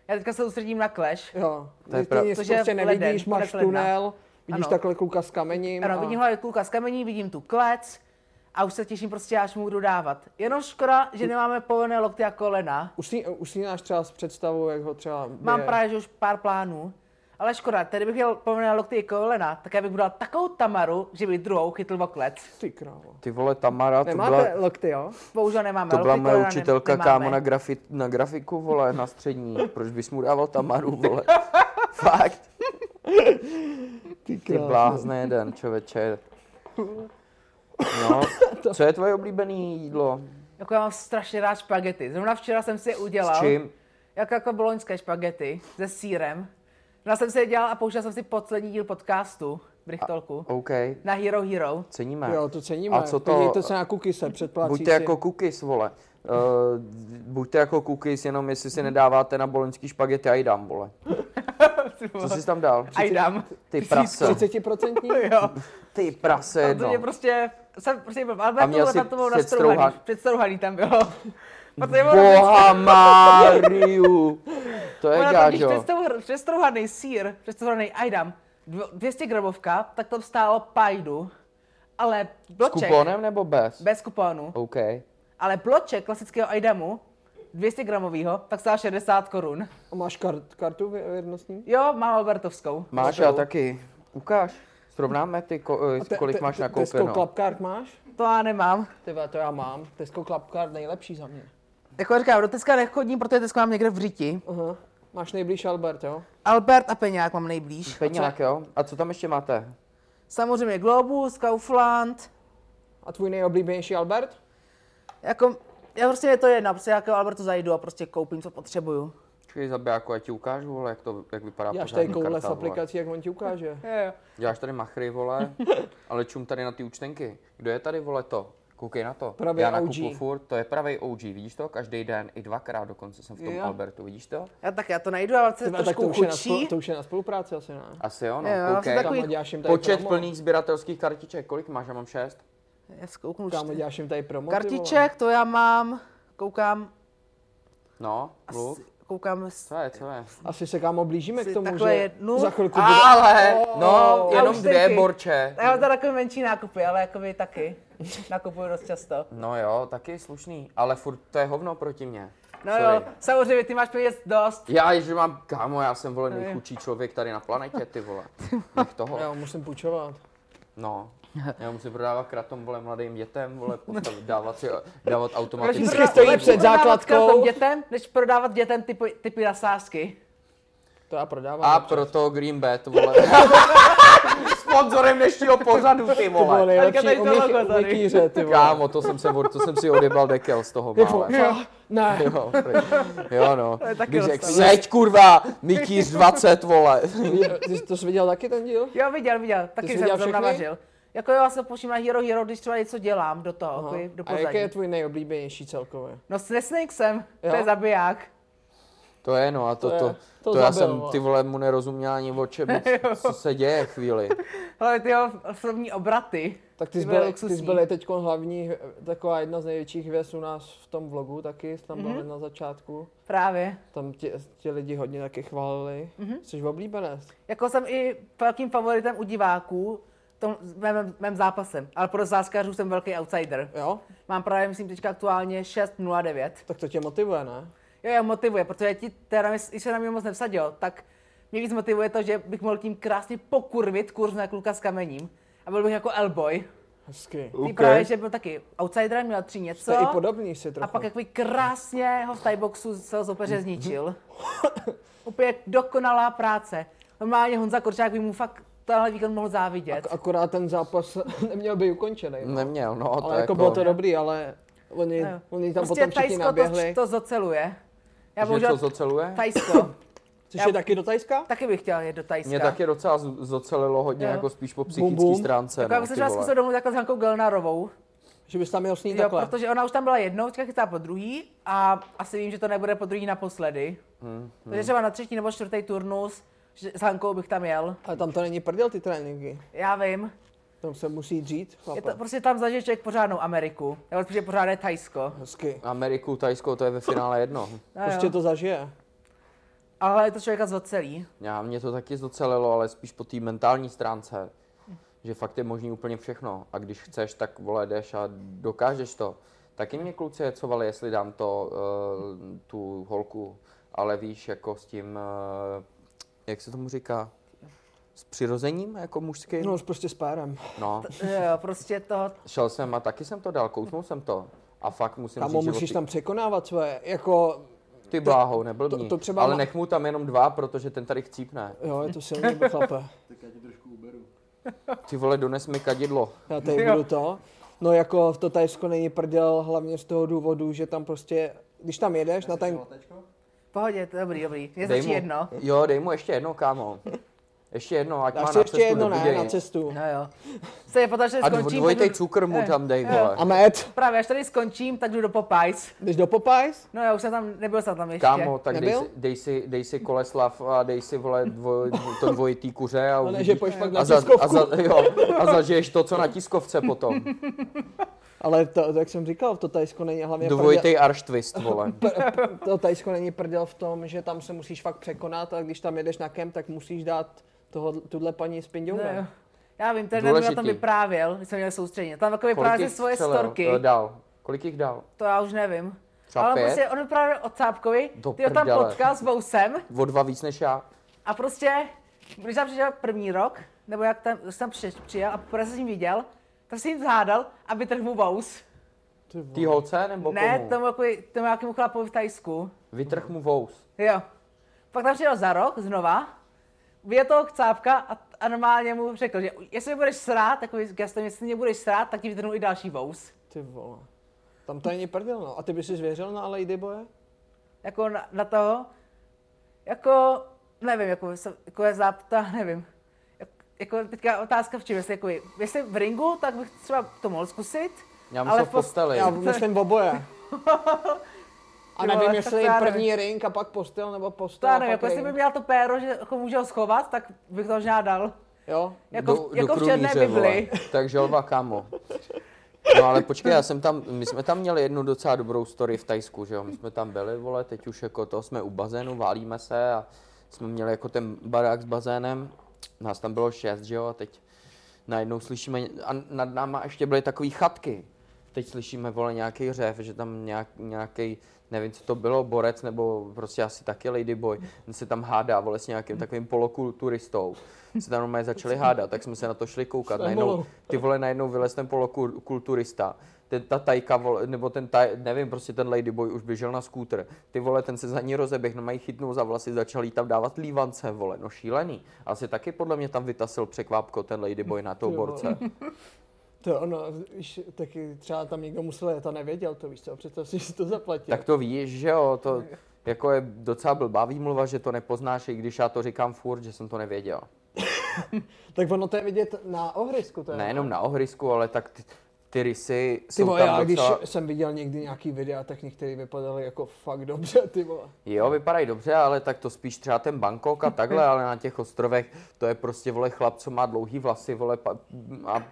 Speaker 3: Já teďka se soustředím na Clash.
Speaker 4: Jo,
Speaker 2: To je
Speaker 4: ty,
Speaker 2: prav-
Speaker 4: ty nic
Speaker 3: Což je
Speaker 4: prostě
Speaker 3: leden,
Speaker 4: nevidíš, máš
Speaker 3: konec ledna.
Speaker 4: tunel, vidíš
Speaker 3: Ano.
Speaker 4: takhle kluka s kamením.
Speaker 2: no.
Speaker 3: Ano,
Speaker 4: a-
Speaker 3: vidím hlavně kluka z kamení, vidím tu klec a už se těším prostě, až mu budu dávat. Jenom škoda, že nemáme povolené lokty a kolena.
Speaker 4: Už si- Už si náš třeba s představou, jak ho třeba bije.
Speaker 3: Mám právě, že už pár plánů. Ale škoda, tady bych měl povolené lokty i kolena, tak já bych dal takovou tamaru, že by druhou chytl o klec.
Speaker 4: Ty krávo.
Speaker 2: Ty vole, Tamara, to byla,
Speaker 4: Nemáte lokty, jo?
Speaker 3: Bohužel nemáme
Speaker 2: to byla
Speaker 3: lokty,
Speaker 2: moje
Speaker 3: kolena ne-
Speaker 2: učitelka,
Speaker 3: nemáme.
Speaker 2: kámo, na, grafi, na grafiku, vole, na střední. Proč bys mu dával Tamaru, vole? Fakt. Ty blázne jeden, čověče. No, co je tvoje oblíbený jídlo?
Speaker 3: Jako já mám strašně rád špagety. Zrovna včera jsem si je udělal.
Speaker 2: S čím?
Speaker 3: Jak jako boloňské špagety se sírem. Já jsem si je dělal a pouštěl jsem si poslední díl podcastu Brichtolku
Speaker 2: OK,
Speaker 3: na Hero Hero.
Speaker 2: ceníme.
Speaker 4: Jo, to ceníme.
Speaker 2: A co to-
Speaker 4: Podívejte se na kukise, předplatí
Speaker 2: Buďte jako cookies, vole. Uh, buďte jako cookies, jenom jestli si nedáváte na boloňský špagety a jdám, vole. Co jsi tam dal?
Speaker 3: A jdám.
Speaker 2: Ty prase.
Speaker 4: 30%?
Speaker 3: Jo,
Speaker 2: Ty prase no.
Speaker 3: a to
Speaker 2: jedno.
Speaker 3: mě prostě, jsem prostě byl
Speaker 2: A měl
Speaker 3: Albertu
Speaker 2: si
Speaker 3: a tam to bylo
Speaker 2: předstrouhaný.
Speaker 3: nastrouhaný, předstrouhaný tam bylo. Protože ono,
Speaker 2: Boha Mariu. To je
Speaker 3: ono totiž
Speaker 2: gážo.
Speaker 3: předstrouh- přestrouhaný sír, přestrouhaný ajdam, dvo- 200 gramovka, tak to stálo pajdu, ale
Speaker 2: S
Speaker 3: bloček,
Speaker 2: kuponem nebo bez?
Speaker 3: bez kuponu,
Speaker 2: OK.
Speaker 3: ale bloček klasického ajdamu, 200 gramovýho, tak stál 60 korun.
Speaker 4: A máš kart, kartu vě- věrnostní?
Speaker 3: Jo, mám Albertovskou.
Speaker 2: Máš já taky. Ukáž. Srovnáme ty, ko, eh,
Speaker 4: Te-
Speaker 2: kolik
Speaker 4: te-
Speaker 2: máš no.
Speaker 4: te- Tesco
Speaker 2: nakoupeno.
Speaker 4: Club Card máš?
Speaker 3: To já nemám.
Speaker 4: Ty vole, to já mám. Tesco Club Card nejlepší za mě.
Speaker 3: Jako já říkám, do Teska nechodím, protože Tesco mám někde v říti.
Speaker 4: Aha. Máš nejblíž Albert, jo?
Speaker 3: Albert a Peňák mám nejblíž.
Speaker 2: Peňák, jo? A co tam ještě máte?
Speaker 3: Samozřejmě Globus, Kaufland,
Speaker 4: A tvůj nejoblíbenější Albert?
Speaker 3: jako, já prostě je to jedno, prostě jako Albertu zajdu a prostě koupím, co potřebuju.
Speaker 2: Počkej, zabijáku, já ti ukážu, vole, jak, to, jak vypadá
Speaker 4: Děláš tady
Speaker 2: pořádný
Speaker 4: koule s
Speaker 2: karta, vole.
Speaker 4: aplikací, jak on ti ukáže.
Speaker 3: Jo, jo.
Speaker 2: Děláš tady machry, vole, ale čum tady na ty účtenky. Kdo je tady, vole, to? Koukej na to.
Speaker 4: Pravý
Speaker 2: Já
Speaker 4: OG.
Speaker 2: nakupu furt, to je pravý OG, vidíš to? Každý den, i dvakrát dokonce jsem v tom
Speaker 3: Jo.
Speaker 2: Albertu, vidíš to?
Speaker 3: Já, tak já to najdu, ale to je
Speaker 4: Ty vole, tak to
Speaker 3: trošku
Speaker 4: už, je na, spolu-
Speaker 3: chudší.
Speaker 4: to už je na spolupráci asi, ne?
Speaker 2: Asi jo, no.
Speaker 3: Jo, já jsem
Speaker 2: Koukej.
Speaker 3: takový-
Speaker 4: Kámo, děláš jim tady
Speaker 2: Počet
Speaker 4: promo.
Speaker 2: plných sběratelských kartiček, kolik máš? Já mám šest.
Speaker 3: Já zkouknu
Speaker 4: Kámo,
Speaker 3: čtyři.
Speaker 4: děláš jim tady promo, ty vole.
Speaker 3: Kartiček, to já mám, koukám,
Speaker 2: No, mluv.
Speaker 3: asi- koukám, s-
Speaker 2: Co je, co je?
Speaker 4: Asi se, kámo, blížíme
Speaker 3: Asi
Speaker 4: k tomu,
Speaker 3: takhle
Speaker 4: že
Speaker 3: jednu.
Speaker 4: za chvilku bude...
Speaker 2: Ale, no,
Speaker 3: Já
Speaker 2: jenom
Speaker 3: už
Speaker 2: dvě
Speaker 3: taky.
Speaker 2: borče.
Speaker 3: já mám tady takové menší nákupy, ale jakoby taky. Nakupuju dost často.
Speaker 2: No jo, taky slušný, ale furt to je hovno proti mně.
Speaker 3: No
Speaker 2: Sorry.
Speaker 3: jo, samozřejmě, ty máš peněz dost.
Speaker 2: Já, že mám, kámo, já jsem vole
Speaker 3: je.
Speaker 2: nejchudší člověk tady na planetě, ty vole. Nech toho.
Speaker 4: Já musím půjčovat.
Speaker 2: No. Já musím prodávat kratom, vole, mladým dětem, vole,
Speaker 3: No.
Speaker 2: postavit, dávat si, dávat
Speaker 3: Lepší
Speaker 2: automaticky.
Speaker 4: Vždycky stojí
Speaker 3: lepší
Speaker 4: před
Speaker 3: prodávat
Speaker 4: základkou.
Speaker 3: kartou dětem, než prodávat dětem typy, typy na sázky.
Speaker 4: To já prodávám.
Speaker 2: A
Speaker 4: dobře.
Speaker 2: proto Green Bet, vole. Sponzorem dnešního pořadu, ty
Speaker 4: Ty vole,
Speaker 2: vole.
Speaker 3: Teďka tady
Speaker 4: nejlepší
Speaker 3: to
Speaker 4: umyk-
Speaker 3: logo tady.
Speaker 4: umykýře, ty vole.
Speaker 2: Kámo, to jsem, se, od- to jsem si odebal dekel z toho,
Speaker 4: Jako,
Speaker 2: mále.
Speaker 4: jo, ne.
Speaker 2: Jo, prý. jo no.
Speaker 3: je taky
Speaker 2: Když jak
Speaker 3: rozstavné.
Speaker 2: seď, kurva, Mikýř 20, vole.
Speaker 4: Ty jsi to jsi viděl taky ten díl?
Speaker 3: Jo, viděl, viděl, taky
Speaker 4: jsi
Speaker 3: jsem
Speaker 4: viděl
Speaker 3: to
Speaker 4: všechny?
Speaker 3: navařil. Jako jo, já se pouštím na Hero Hero, když třeba něco dělám do toho, jako do
Speaker 4: A
Speaker 3: pozadí.
Speaker 4: jaký je tvůj nejoblíbenější celkově?
Speaker 3: No s Nesnake jsem, to
Speaker 4: Jo?
Speaker 3: je zabiják.
Speaker 2: To je no a to,
Speaker 4: To
Speaker 2: to,
Speaker 4: je-
Speaker 2: to,
Speaker 4: to
Speaker 2: já
Speaker 4: zabil,
Speaker 2: jsem,
Speaker 4: vole.
Speaker 2: ty vole, mu nerozuměl ani o čem, co se děje chvíli.
Speaker 3: Ale ty jeho slovní obraty.
Speaker 4: Tak ty jsi,
Speaker 3: Ty byly
Speaker 4: byl, ty jsi
Speaker 3: luxusní.
Speaker 4: byl teď hlavní, taková jedna z největších hvězd u nás v tom vlogu taky, jsi
Speaker 3: Mhm.
Speaker 4: tam byl mm-hmm. na začátku.
Speaker 3: Právě.
Speaker 4: Tam ti, ti lidi hodně taky chválili.
Speaker 3: Mhm.
Speaker 4: Mm-hmm. Jsi oblíbenec.
Speaker 3: Jako jsem i velkým favoritem u diváků, v tom mém, mém zápasem, ale pro záskařů jsem velký outsider.
Speaker 4: Jo?
Speaker 3: Mám právě, myslím, teďka aktuálně 6.09.
Speaker 4: Tak to tě motivuje, ne?
Speaker 3: Jo, jo, motivuje, protože ti, teda, mis- když se na mě moc nevsadil, tak mě víc motivuje to, že bych mohl tím krásně pokurvit kurzné kluka s kamením. A byl bych jako Elboy.
Speaker 4: Hezky.
Speaker 3: Okay.
Speaker 2: Okay.
Speaker 3: Ty právě, že byl taky outsider, měl tři něco.
Speaker 4: Jste i podobný jako. si trochu.
Speaker 3: A pak jako jakoby krásně ho v tieboxu z celého
Speaker 4: Mm-hmm.
Speaker 3: soupeře zničil. Úplně dokonalá práce. Normálně Honza Korčák by mu fakt tenhle výkon mohl závidět.
Speaker 4: Ak- akorát ten zápas neměl být ukončený. No.
Speaker 2: Neměl, no.
Speaker 4: Ale jako, bylo to dobrý, ale oni,
Speaker 3: Jo.
Speaker 4: oni tam
Speaker 3: prostě
Speaker 4: potom všichni
Speaker 3: Tajsko
Speaker 4: naběhli.
Speaker 3: to, to zoceluje. Já
Speaker 2: že
Speaker 3: bohužel
Speaker 2: co zoceluje?
Speaker 3: Tajsko.
Speaker 4: Což
Speaker 3: Já-
Speaker 4: je taky do Tajska?
Speaker 3: Taky bych chtěl jet do Tajska.
Speaker 2: Mě taky docela z- zocelilo hodně,
Speaker 3: Jo.
Speaker 2: jako spíš po psychické
Speaker 4: bum.
Speaker 2: stránce.
Speaker 3: Jako já
Speaker 2: No,
Speaker 3: bych se
Speaker 2: ty
Speaker 3: třeba
Speaker 2: vole.
Speaker 3: zkusil domluvit jako s Hankou Gelnarovou,
Speaker 4: Že bys tam měl s ní
Speaker 3: jo,
Speaker 4: takhle.
Speaker 3: protože ona už tam byla jednou, teďka chystá po druhý a asi vím, že to nebude po druhý naposledy.
Speaker 2: Hmm,
Speaker 3: Takže třeba na třetí nebo čtvrtý turnus že s Hankou bych tam jel.
Speaker 4: Ale tam to není prdel ty tréninky.
Speaker 3: Já vím,
Speaker 4: Tam se musí dřít,
Speaker 3: Je
Speaker 4: chlape.
Speaker 3: to, prostě tam zažije člověk pořádnou Ameriku, nebo spíše pořádné Tajsko.
Speaker 4: Hezky.
Speaker 2: Ameriku, Tajsko, to je ve finále jedno.
Speaker 3: No
Speaker 4: Prostě
Speaker 3: jo.
Speaker 4: to zažije.
Speaker 3: Ale je to člověka zocelí.
Speaker 2: Já, mě to taky zocelilo, ale spíš po té mentální stránce. Že fakt je možný úplně všechno. A když chceš, tak vole, jdeš a dokážeš to. Taky mě kluci jecovali, jestli dám to, uh, tu holku. Ale víš, jako s tím, uh, jak se tomu říká, s přirozením jako mužským?
Speaker 4: No, prostě s párem.
Speaker 2: No,
Speaker 3: Jo, prostě to,
Speaker 2: šel jsem a taky jsem to dal, kousnul jsem to. A fakt musím
Speaker 4: Kamo,
Speaker 2: říct, že
Speaker 4: musíš
Speaker 2: od-
Speaker 4: tam překonávat svoje, jako,
Speaker 2: Ty bláho, neblbni.
Speaker 4: to- to třeba
Speaker 2: Ale
Speaker 4: ma-
Speaker 2: nech mu tam jenom dva, protože ten tady chcípne.
Speaker 4: jo, je to silný, bo chlape.
Speaker 2: Ty vole, dones mi kadidlo.
Speaker 4: Já tady budu to. No jako to Tajsko není prdel, hlavně z toho důvodu, že tam prostě, když tam jedeš na no, ten,
Speaker 3: v pohodě, to je dobrý, dobrý. Mě stačí jedno.
Speaker 2: Jo, dej mu ještě jedno, kámo. Ještě jedno, ať
Speaker 4: dáš
Speaker 2: má
Speaker 4: si
Speaker 2: na
Speaker 4: ještě
Speaker 2: cestu
Speaker 4: jedno,
Speaker 2: do
Speaker 4: ne, na
Speaker 2: Budějic.
Speaker 4: cestu.
Speaker 3: No jo. Se je potom, že
Speaker 2: A
Speaker 3: skončím, tak
Speaker 2: dvojitej
Speaker 3: jdu-
Speaker 2: cukr mu tam dej,
Speaker 3: jo.
Speaker 2: vole.
Speaker 4: Eh, A met,
Speaker 3: Právě, až tady skončím, tak jdu do Popeyes.
Speaker 4: jdeš do Popeyes?
Speaker 3: No já už jsem tam, nebyl jsem tam ještě.
Speaker 2: Kámo, tak dej
Speaker 4: Nebyl?
Speaker 2: si, dej, si, dej si koleslav a dej si, vole, dvo, to dvojitý kuře a
Speaker 4: No ne,
Speaker 2: uvidíš.
Speaker 4: že pojď pak na
Speaker 2: a, za, a,
Speaker 4: tiskovku.
Speaker 2: za, jo, a zažiješ to, co na tiskovce potom.
Speaker 4: Ale to, to, jak jsem říkal, to Tajsko není hlavně prdel,
Speaker 2: Dvojitej arštvist, vole.
Speaker 4: to Tajsko není prdel v tom, že tam se musíš fakt překonat a když tam jedeš na kemp, tak musíš dát toho, tuhle paní s
Speaker 3: No
Speaker 4: pindoumem.
Speaker 3: jo. Já vím, ten mi na tom
Speaker 2: Důležitý.
Speaker 3: vyprávěl, když jsem měl soustředění. Tam jako
Speaker 2: Kolik
Speaker 3: vyprávěl
Speaker 2: jich
Speaker 3: ty svoje
Speaker 2: střelil?
Speaker 3: storky,
Speaker 2: Eh, Dal. Kolik jich dal?
Speaker 3: to já už nevím.
Speaker 2: Třeba
Speaker 3: Ale
Speaker 2: pět?
Speaker 3: prostě on vyprávěl o Cápkovi,
Speaker 2: Do
Speaker 3: ty ho tam
Speaker 2: prdele.
Speaker 3: potkal s Bousem.
Speaker 2: O dva víc než já.
Speaker 3: A prostě, když tam přišel první rok, nebo jak tam, když tam při- přijel a poprvé se s ním viděl, tak jsem jim zhádal a vytrhl mu vous.
Speaker 4: Ty vole.
Speaker 2: Ty holce nebo
Speaker 3: Ne,
Speaker 2: komu?
Speaker 3: tomu, jako, tomu nějakému chlapovi v Tajsku.
Speaker 2: Vytrh mu vous.
Speaker 3: Jo. Pak tam přijel za rok znova, viděl toho chcápka a, a normálně mu řekl, že jestli mě budeš srát, takový gestem, jestli mě budeš srát, tak ti vytrhnu i další vous.
Speaker 4: Ty vole. Tam to není prdel, no. A ty bys si zvěřil na Lady Boye?
Speaker 3: Jako na, na toho, jako, nevím, jako, se- jako je zápta, nevím. Jak- Jako teďka otázka v čem, jestli, jako, jestli v ringu, tak bych třeba to mohl zkusit,
Speaker 2: Já
Speaker 3: Ale
Speaker 2: myslím v
Speaker 3: v pos-
Speaker 2: posteli.
Speaker 4: Já myslím oboje. A
Speaker 3: Ty
Speaker 4: nevím,
Speaker 3: vole,
Speaker 4: jestli
Speaker 3: tak já nevím.
Speaker 4: první ring a pak postel, nebo
Speaker 3: To
Speaker 4: postel
Speaker 3: já
Speaker 4: a
Speaker 3: nevím,
Speaker 4: pak
Speaker 3: jako jestli by
Speaker 4: ring.
Speaker 3: měla to péro, že jako může ho schovat, tak bych to možná dal.
Speaker 4: Jo?
Speaker 3: Jako,
Speaker 2: Do- do
Speaker 3: jako v černé
Speaker 2: krulíře, vole.
Speaker 3: Bibli.
Speaker 2: Tak žalva, kamo. No ale počkej, já jsem tam, my jsme tam měli jednu docela dobrou story v Tajsku, že jo, my jsme tam byli, vole, teď už jako to, jsme u bazénu, válíme se a jsme měli jako ten barák s bazénem, nás tam bylo šest, že jo, a teď najednou slyšíme, ně- a nad náma ještě byly takové chatky, teď slyšíme, vole, nějaký řev, že tam nějak, nějaký, nevím, co to bylo, borec nebo prostě asi taky ladyboy, ten se tam hádá, vole, s nějakým takovým polokulturistou, se tam normálně začali hádat, tak jsme se na to šli koukat, najednou, ty vole, najednou vylez ten polokulturista, ten, ta tajka, vole, nebo ten taj, nevím, prostě ten ladyboy už běžel na skútr. Ty vole, ten se za ní rozeběh, no mají chytnou za vlasy, začal jí tam dávat lívance, vole, no šílený. Asi taky podle mě tam vytasil překvápko ten ladyboy na tou
Speaker 4: Ty vole.
Speaker 2: borce.
Speaker 4: To je ono, víš, taky třeba tam někdo musel jet a nevěděl to, víš co, představ si, že si to zaplatil.
Speaker 2: Tak to víš, že jo, to jako je docela blbá výmluva, že to nepoznáš, i když já to říkám furt, že jsem to nevěděl.
Speaker 4: tak ono to je vidět na ohrysku, to je.
Speaker 2: Nejenom na ohrysku, ale tak ty, ty rysy
Speaker 4: Ty
Speaker 2: jsou
Speaker 4: vole, já
Speaker 2: tam
Speaker 4: když
Speaker 2: docela...
Speaker 4: jsem viděl někdy nějaký videa, tak některý vypadaly jako fakt dobře, ty vole.
Speaker 2: Jo, vypadají dobře, ale tak to spíš třeba ten Bangkok a takhle, ale na těch ostrovech to je prostě, vole, chlap, co má dlouhý vlasy, vole, pa- a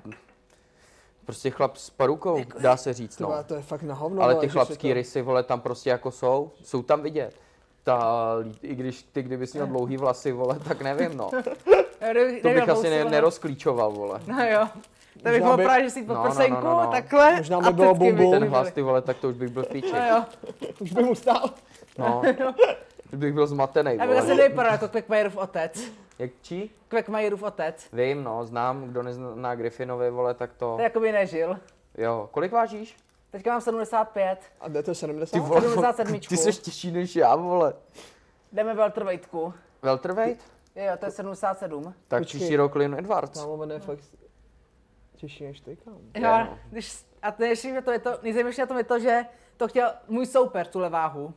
Speaker 2: prostě chlap s parukou,
Speaker 3: Jako,
Speaker 2: dá se říct,
Speaker 4: Ty vole,
Speaker 2: no.
Speaker 4: to je fakt na hovno,
Speaker 2: Ale
Speaker 4: vole,
Speaker 2: ty
Speaker 4: že se
Speaker 2: chlapský
Speaker 4: to-
Speaker 2: rysy, vole, tam prostě jako jsou, jsou tam vidět. Ta, I když ty, kdybys měl dlouhý vlasy, vole, tak nevím, no.
Speaker 3: Já kdybych-
Speaker 2: To
Speaker 3: neměl
Speaker 2: bych asi
Speaker 3: kousy,
Speaker 2: ne,
Speaker 3: vole.
Speaker 2: nerozklíčoval, vole.
Speaker 3: No jo. To bych
Speaker 4: Možná
Speaker 3: bylo
Speaker 4: by-
Speaker 3: právě, že si
Speaker 2: No,
Speaker 3: pod no,
Speaker 2: no, no,
Speaker 3: prsenku,
Speaker 2: no, no.
Speaker 3: takhle.
Speaker 4: Možná
Speaker 3: a
Speaker 4: by bylo
Speaker 3: pecky by
Speaker 4: bumbou.
Speaker 2: Ten
Speaker 3: byly.
Speaker 2: hlas, ty vole, tak to už bych byl v píči.
Speaker 3: No jo.
Speaker 4: Už by mu stál.
Speaker 2: No, už bych byl zmatený,
Speaker 3: Já bych asi
Speaker 2: vole.
Speaker 3: nevypadal jako Quackmajerův otec.
Speaker 2: Jak čí?
Speaker 3: Quackmajerův otec.
Speaker 2: Vím, no, znám, kdo nezná Griffinovi, vole, tak to...
Speaker 3: To jako by nežil.
Speaker 2: Jo, kolik vážíš?
Speaker 3: Teďka mám 75.
Speaker 4: A jde to 70?
Speaker 2: Ty vole,
Speaker 3: 77.
Speaker 2: ty jsi těžší než já, vole.
Speaker 3: Jdeme veltrvejtku.
Speaker 2: Welterweight?
Speaker 3: Jo, jo, to je 77.
Speaker 2: Tak
Speaker 4: Počkej. No.
Speaker 2: příští rok Lynn Edwards.
Speaker 4: Kámo, on je fakt těžší než ty, kámo.
Speaker 3: Jo,
Speaker 2: Jo, no.
Speaker 3: když, a to nejlepší na tom je to, nejzajímavější na tom je to, že to chtěl můj soupeř, tuhle váhu.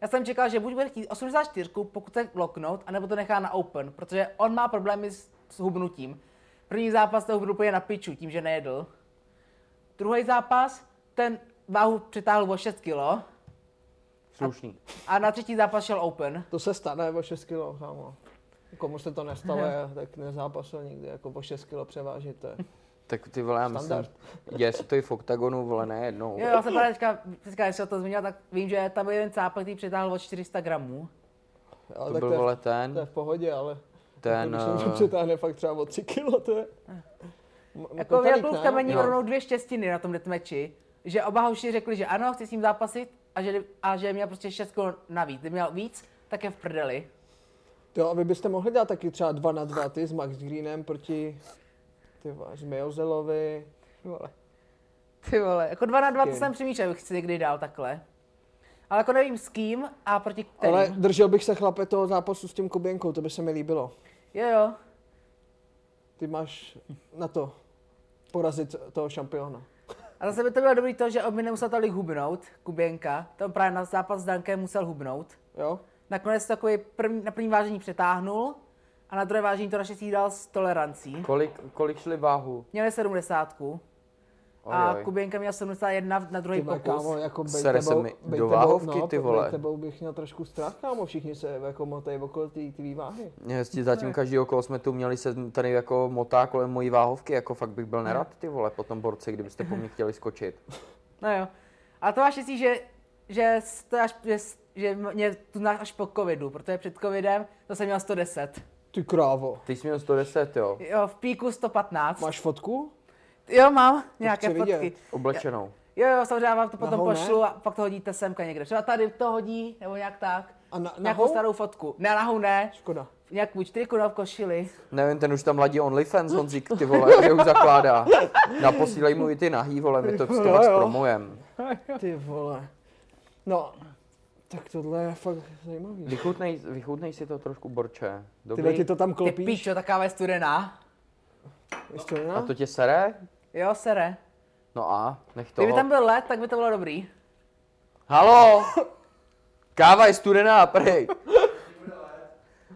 Speaker 3: Já jsem čekal, že buď bude chtít 84, pokud se loknout, anebo to nechá na open, protože on má problémy s, s hubnutím. První zápas to hubnul úplně na piču, tím, že nejedl. Druhý zápas, ten váhu přitáhl o 6 kg
Speaker 2: Slušný.
Speaker 3: a na třetí zápas šel open.
Speaker 4: To se stane o 6 kg, kámo. Komu se to nestalo, je, tak nezápasil nikdy, jako o 6 kg převážit, to je
Speaker 2: Tak ty vole, já myslím,
Speaker 4: Standard.
Speaker 2: děje se to i v oktagonu, vole, ne jednou.
Speaker 3: Jo, já jsem právě teďka, teďka, jestli to zmínil, tak vím, že tam byl jeden cápek, který přitáhl o 400 gramů.
Speaker 4: Ale
Speaker 2: To byl,
Speaker 4: to, je,
Speaker 2: vole,
Speaker 4: to je
Speaker 2: ten,
Speaker 4: v pohodě, ale jako
Speaker 2: ten,
Speaker 4: když někdo
Speaker 2: eh,
Speaker 4: přetáhne fakt třeba o 3 kg, to je... M-
Speaker 3: Jako
Speaker 4: kotelík,
Speaker 3: měl byl v
Speaker 4: ne?
Speaker 3: kamení
Speaker 2: Jo.
Speaker 3: rovnou dvě štěstiny na tom deathmatchi, že oba hoši řekli, že ano, chci s ním zápasit a že, a že měl prostě šest kol navíc. Kdyby měl víc, tak je v prdeli.
Speaker 4: Jo, a vy byste mohli dát taky třeba 2 na 2 ty s Max Greenem proti ty váš Mejozelovi. Vole.
Speaker 3: Ty vole, jako dva na dva, to
Speaker 4: Taky.
Speaker 3: jsem přemýšlel, bych si někdy dál takhle. Ale jako nevím s kým a proti kterým.
Speaker 4: Ale
Speaker 3: Ale...
Speaker 4: držel bych se chlape toho zápasu s tím Kuběnkou, to by se mi líbilo.
Speaker 3: Jo, jo.
Speaker 4: Ty máš na to porazit toho šampiona.
Speaker 3: A zase by to bylo dobrý to, že on by nemusel tolik hubnout, Kuběnka. To on právě na zápas s Dankem musel hubnout.
Speaker 4: Jo?
Speaker 3: Nakonec takový první, na první vážení přetáhnul a na druhé vážení to naštěstí dal s tolerancí.
Speaker 2: kolik, kolik šli váhu?
Speaker 3: Měli sedmdesátku. A
Speaker 2: Ojoj.
Speaker 3: Kuběnka měl 71 v- na druhý
Speaker 4: Ty vole,
Speaker 3: pokus.
Speaker 4: kámo, jako bej
Speaker 2: Sere se
Speaker 4: tebou,
Speaker 2: mi
Speaker 4: bej
Speaker 2: do
Speaker 4: tebou-
Speaker 2: váhovky,
Speaker 4: no,
Speaker 2: ty
Speaker 4: bej
Speaker 2: vole.
Speaker 4: tebou bych měl trošku strach, kámo, všichni se jako motají okolo ty tvý váhy.
Speaker 2: Jestli zatím každý okolo jsme tu měli se tady jako motá kolem mojí váhovky, jako fakt bych byl nerad ty vole po tom borci, kdybyste po mně chtěli skočit.
Speaker 3: No jo. A to máš štěstí, že, že, jste až, že, že mě tu znáš až po covidu, protože před covidem to jsem měl 110.
Speaker 4: Ty krávo.
Speaker 2: Ty jsi měl 110, jo,
Speaker 3: Jo, v píku 115.
Speaker 4: Máš fotku?
Speaker 3: Jo, mám nějaké
Speaker 4: chci
Speaker 3: fotky.
Speaker 4: vidět.
Speaker 2: oblečenou.
Speaker 3: Jo, jo, samozřejmě já vám to potom
Speaker 4: Nahou ne?
Speaker 3: pošlu a pak to hodíte semka někde. Třeba tady to hodí, nebo nějak tak.
Speaker 4: A na,
Speaker 3: Nějakou
Speaker 4: nahou?
Speaker 3: starou fotku. Ne, nahou ne.
Speaker 4: Škoda.
Speaker 3: Nějak buď triku nebo v košili.
Speaker 2: Nevím, ten už tam ladí OnlyFans, Honzík, ty vole, že už zakládá. Naposílej mu i ty nahý, vole, my to s
Speaker 4: Jo,
Speaker 2: toho
Speaker 4: jo.
Speaker 2: promojem.
Speaker 4: Ty vole. No, tak tohle je fakt zajímavý.
Speaker 2: Vychutnej, vychutnej si to trošku, borče.
Speaker 4: Ty vole,
Speaker 2: Dobrý?
Speaker 4: ti to tam
Speaker 3: Ty
Speaker 4: klopíš?
Speaker 3: píčo, ta káva je studená.
Speaker 4: Ještě
Speaker 2: A
Speaker 4: ne?
Speaker 2: to tě sere?
Speaker 3: Jo, sere.
Speaker 2: No a, nech
Speaker 3: Kdyby
Speaker 2: toho.
Speaker 3: tam byl led, tak by to bylo dobrý.
Speaker 2: Halo! Káva je studená, prej!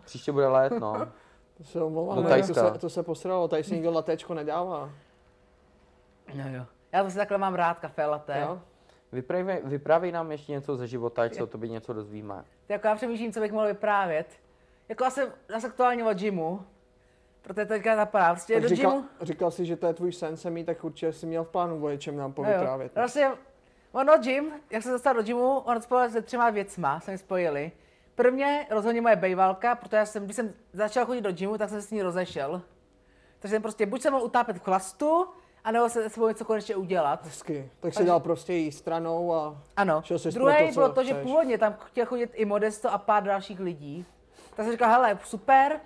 Speaker 2: Příště bude léto, no.
Speaker 4: To se omlouvám,
Speaker 2: Do
Speaker 4: no, to,
Speaker 2: Tajska.
Speaker 4: se, to se posralo, tady si nikdo latečko nedává.
Speaker 3: No jo. Já to si takhle mám rád, kafe latte.
Speaker 4: Jo?
Speaker 2: Vypravě, vypraví nám ještě něco ze života, ať se o tobě něco dozvíme.
Speaker 3: Ty jako já přemýšlím, co bych mohl vyprávět. Jako já jsem zase aktuálně od gymu, protože teďka napadá. Prostě
Speaker 4: Tak
Speaker 3: do
Speaker 4: říkal,
Speaker 3: gymu.
Speaker 4: říkal jsi, že to je tvůj sen semí, tak určitě jsi měl v plánu, o čem nám
Speaker 3: No jo.
Speaker 4: povyprávět.
Speaker 3: Vlastně ono gym, jak jsem dostal do gymu, ono spojil se třema věcma, se mi spojili. Prvně rozhodně moje bejvalka, protože já jsem, když jsem začal chodit do gymu, tak jsem se s ní rozešel. Takže jsem prostě buď jsem mohl utápět v chlastu, anebo se svou něco konečně udělat.
Speaker 4: Hezky. Tak si
Speaker 3: Takže-
Speaker 4: dal prostě jí stranou a
Speaker 3: Ano.
Speaker 4: šel jsi pro
Speaker 3: Druhý
Speaker 4: to, co
Speaker 3: bylo to, že
Speaker 4: chceš.
Speaker 3: původně tam chtěl chodit i Modesto a pár dalších lidí. Tak jsem říkal, hele, super,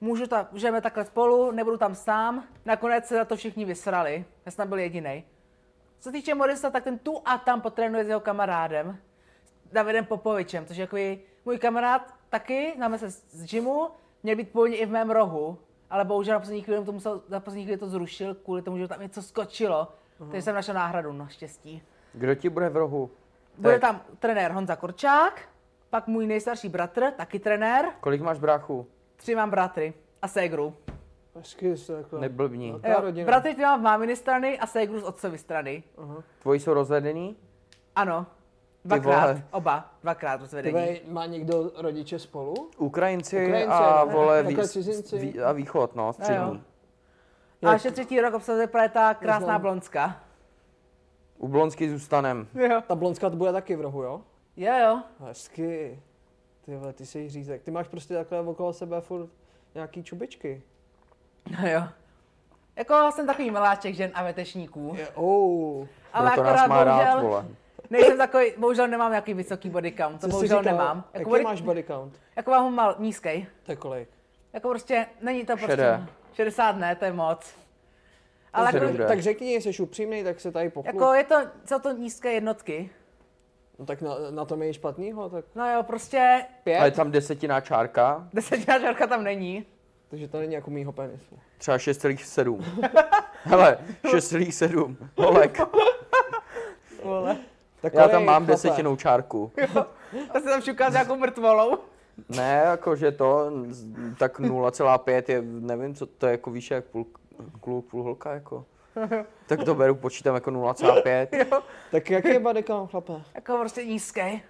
Speaker 3: můžu ta, můžeme takhle spolu, nebudu tam sám. Nakonec se za to všichni vysrali, já jsem tam byl jediný. Co se týče Modesta, tak ten tu a tam potrénuje s jeho kamarádem, s Davidem Popovičem, což je takový můj kamarád taky, známe se z z gymu, měl být původně i v mém rohu, ale bohužel na poslední chvíli to musel, na poslední chvíli to zrušil kvůli tomu, že tam něco skočilo.
Speaker 4: Mhm.
Speaker 3: Takže jsem našel náhradu, naštěstí.
Speaker 2: Kdo ti bude v rohu?
Speaker 3: Bude
Speaker 2: Tak.
Speaker 3: tam trenér Honza Korčák, pak můj nejstarší bratr, taky trenér,
Speaker 2: Kolik máš bráchů?
Speaker 3: tři mám bratry a ségru.
Speaker 4: hezky se jako...
Speaker 2: Neblbni.
Speaker 4: No,
Speaker 3: Jo,
Speaker 4: ta rodina.
Speaker 3: Bratry ty mám v máminy strany a ségru z otcovy strany.
Speaker 2: Tvoji jsou rozvedený?
Speaker 3: Ano,
Speaker 2: vole.
Speaker 3: dvakrát, oba, dvakrát rozvedení.
Speaker 4: Tebe má někdo rodiče spolu?
Speaker 2: Ukrajinci,
Speaker 4: Ukrajinci,
Speaker 2: a
Speaker 4: no.
Speaker 2: vole
Speaker 4: Takhle
Speaker 2: vý,
Speaker 4: cizinci.
Speaker 2: vý, a východ, no,
Speaker 3: A jo.
Speaker 2: střední.
Speaker 3: A ještě třetí rok obsazuje právě ta krásná
Speaker 4: Neznám.
Speaker 3: blonska.
Speaker 2: U Blonsky zůstanem.
Speaker 3: Jo.
Speaker 4: Ta blonská to bude taky v rohu, jo?
Speaker 3: jo, jo.
Speaker 4: Hezky. Ty vole, ty jsi jí řízek. Ty máš prostě takhle okolo sebe furt nějaký čubičky.
Speaker 3: No jo. Jako jsem takový miláček žen a vetešníků.
Speaker 4: Je, oh.
Speaker 3: Ale
Speaker 2: Proto nás
Speaker 3: akorát
Speaker 2: má rád,
Speaker 3: bohužel,
Speaker 2: vole.
Speaker 3: nejsem takový, bohužel nemám nějaký vysoký body count, to
Speaker 4: Co jsi
Speaker 3: bohužel
Speaker 4: říkal?
Speaker 3: nemám. Jako,
Speaker 4: Jaký
Speaker 3: body,
Speaker 4: máš body count?
Speaker 3: jako mám ho mal, nízkej.
Speaker 4: To je kolik?
Speaker 3: Jako prostě, není to
Speaker 2: Šedé.
Speaker 3: prostě... 60 ne, to je moc. Ale
Speaker 2: To je
Speaker 3: jako,
Speaker 2: dobré.
Speaker 4: Tak řekni, jestli jsi upřímný, tak se tady pochlup.
Speaker 3: jako je to, jsou to nízké jednotky.
Speaker 4: No, tak na, na tom je nic špatného, tak
Speaker 3: No jo, prostě
Speaker 4: pět,
Speaker 2: A je tam desetina čárka,
Speaker 3: desetiná žárka tam není.
Speaker 4: takže to není jako mýho penisu.
Speaker 2: třeba 6,7. Hele, 6,7. Holek,
Speaker 3: Vole.
Speaker 4: Tak
Speaker 2: já tam
Speaker 4: kolik,
Speaker 2: mám
Speaker 4: chlape?
Speaker 2: desetinou čárku.
Speaker 3: To se tam šuká s nějakou mrtvolou.
Speaker 2: Ne, jakože to, z- tak 0,5 je, nevím, co to je jako výše, jak půl, kluk, půl holka, jako. Tak to beru, počítám jako 0,5.
Speaker 4: Tak jaký je body count, chlape?
Speaker 3: Jako prostě nízký.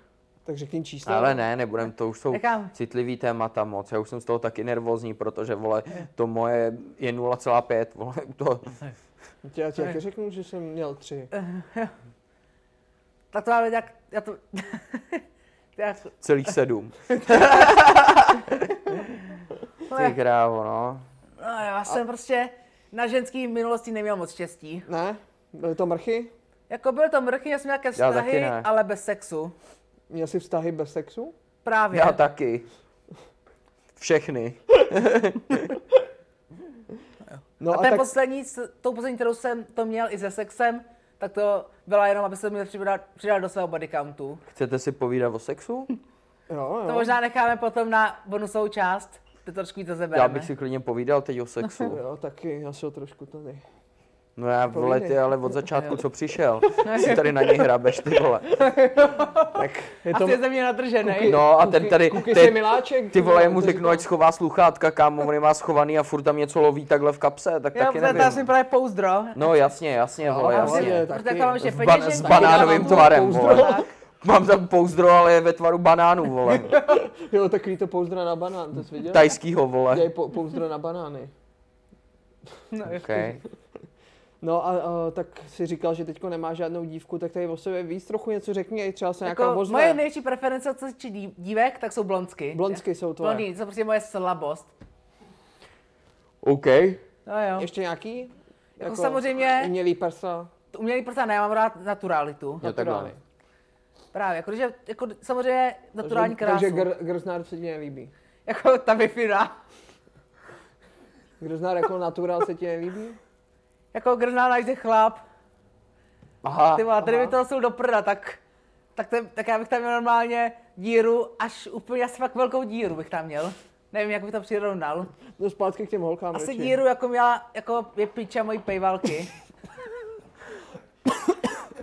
Speaker 4: Tak řekni číslo.
Speaker 2: Ale ne, nebudem, to už jsou
Speaker 3: Nechám.
Speaker 2: citlivý témata moc. Já už jsem z toho taky nervózní, protože, vole, to moje je 0,5, vole, to,
Speaker 4: Já ti taky řeknu, že jsem měl tři.
Speaker 3: Tak to máme tak, já to... já, to-
Speaker 2: celých sedm.
Speaker 3: no, já,
Speaker 2: Ty krávo, no.
Speaker 3: no, já jsem prostě na ženský minulosti neměl moc štěstí.
Speaker 4: Ne? Byly to mrchy?
Speaker 3: Jako byl to mrchy, já jsem nějaké
Speaker 2: taky
Speaker 3: vztahy,
Speaker 2: ne.
Speaker 3: ale bez sexu.
Speaker 4: Měl jsi vztahy bez sexu?
Speaker 3: Právě.
Speaker 2: Já taky. Všechny.
Speaker 4: No
Speaker 3: A, ten tak... poslední, s tou poslední, kterou jsem to měl i se sexem, tak to byla jenom, aby se mi přidal, přidal do svého body countu.
Speaker 2: Chcete si povídat o sexu?
Speaker 4: jo,
Speaker 2: No.
Speaker 4: jo.
Speaker 3: To možná necháme potom na bonusovou část, to trošku víc zabereme.
Speaker 2: Já bych si klidně povídal teď o sexu.
Speaker 4: Jo, taky, já si ho trošku tady.
Speaker 2: No já, vole, ty
Speaker 4: Povídej.
Speaker 2: ale od začátku, co přišel, si tady na něj hrabeš, ty vole.
Speaker 4: Tak, je
Speaker 3: A
Speaker 4: to...
Speaker 3: ty je ze mě nadržený.
Speaker 2: No a ten tady,
Speaker 4: Kuky
Speaker 2: ty,
Speaker 4: jsi miláček.
Speaker 2: ty vole,
Speaker 4: vole,
Speaker 2: jemu
Speaker 4: to
Speaker 2: řeknu,
Speaker 4: říkám.
Speaker 2: ať schová sluchátka, kámo, on je má schovaný a furt tam něco loví takhle v kapse, tak
Speaker 3: Já
Speaker 2: taky
Speaker 3: protože tam jsem
Speaker 2: nevím.
Speaker 3: právě pouzdro. No,
Speaker 2: No jasně, jasně, vole,
Speaker 4: ale
Speaker 3: si,
Speaker 2: jasně.
Speaker 4: je
Speaker 3: protože
Speaker 4: taky.
Speaker 3: tam mám ještě
Speaker 2: V Ban- s
Speaker 3: peněženku,
Speaker 2: banánovým
Speaker 3: dávám mu-
Speaker 2: tvarem, vole.
Speaker 3: Tak.
Speaker 2: Mám tam pouzdro, ale je ve tvaru banánu, vole.
Speaker 4: Jo, takový to pouzdra na banán, to jsi viděl?
Speaker 2: Tajskýho, vole.
Speaker 4: Dělají pou, pouzdra na banány.
Speaker 2: Okay.
Speaker 4: No a, a tak si říkal, že teďko nemá žádnou dívku, tak tady o sobě víc trochu něco řekni, i třeba se nějaká
Speaker 3: Jako
Speaker 4: ozve.
Speaker 3: moje největší preference, co se týče dí- dívek, tak jsou blondsky.
Speaker 4: Blondsky jsou tvoje.
Speaker 3: Blondýny, to je prostě moje slabost.
Speaker 2: OK.
Speaker 3: No jo.
Speaker 4: Ještě nějaký? Jako,
Speaker 3: samozřejmě-
Speaker 4: Umělý prsa.
Speaker 3: Umělý prsa ne, já mám rád naturalitu.
Speaker 2: Jo, takhle.
Speaker 4: Naturální.
Speaker 3: Právě, jako, když je, jako samozřejmě naturální
Speaker 4: Takže-
Speaker 3: krásu.
Speaker 4: Takže gr, grznár se ti nelíbí.
Speaker 3: Jako ta vyfina.
Speaker 4: Grznár jako naturál se ti nelíbí?
Speaker 3: Jako grná najde chlap.
Speaker 2: Aha,
Speaker 3: Ty vole, tady by
Speaker 4: aha.
Speaker 3: to nosil do prda, tak, tak, to, tak já bych tam měl normálně díru, až úplně asi fakt velkou díru bych tam měl. Nevím, jak bych to přirovnal.
Speaker 4: No zpátky k těm holkám
Speaker 3: Asi
Speaker 4: radši.
Speaker 3: díru, jako měla, jako je piča mojí pejvalky.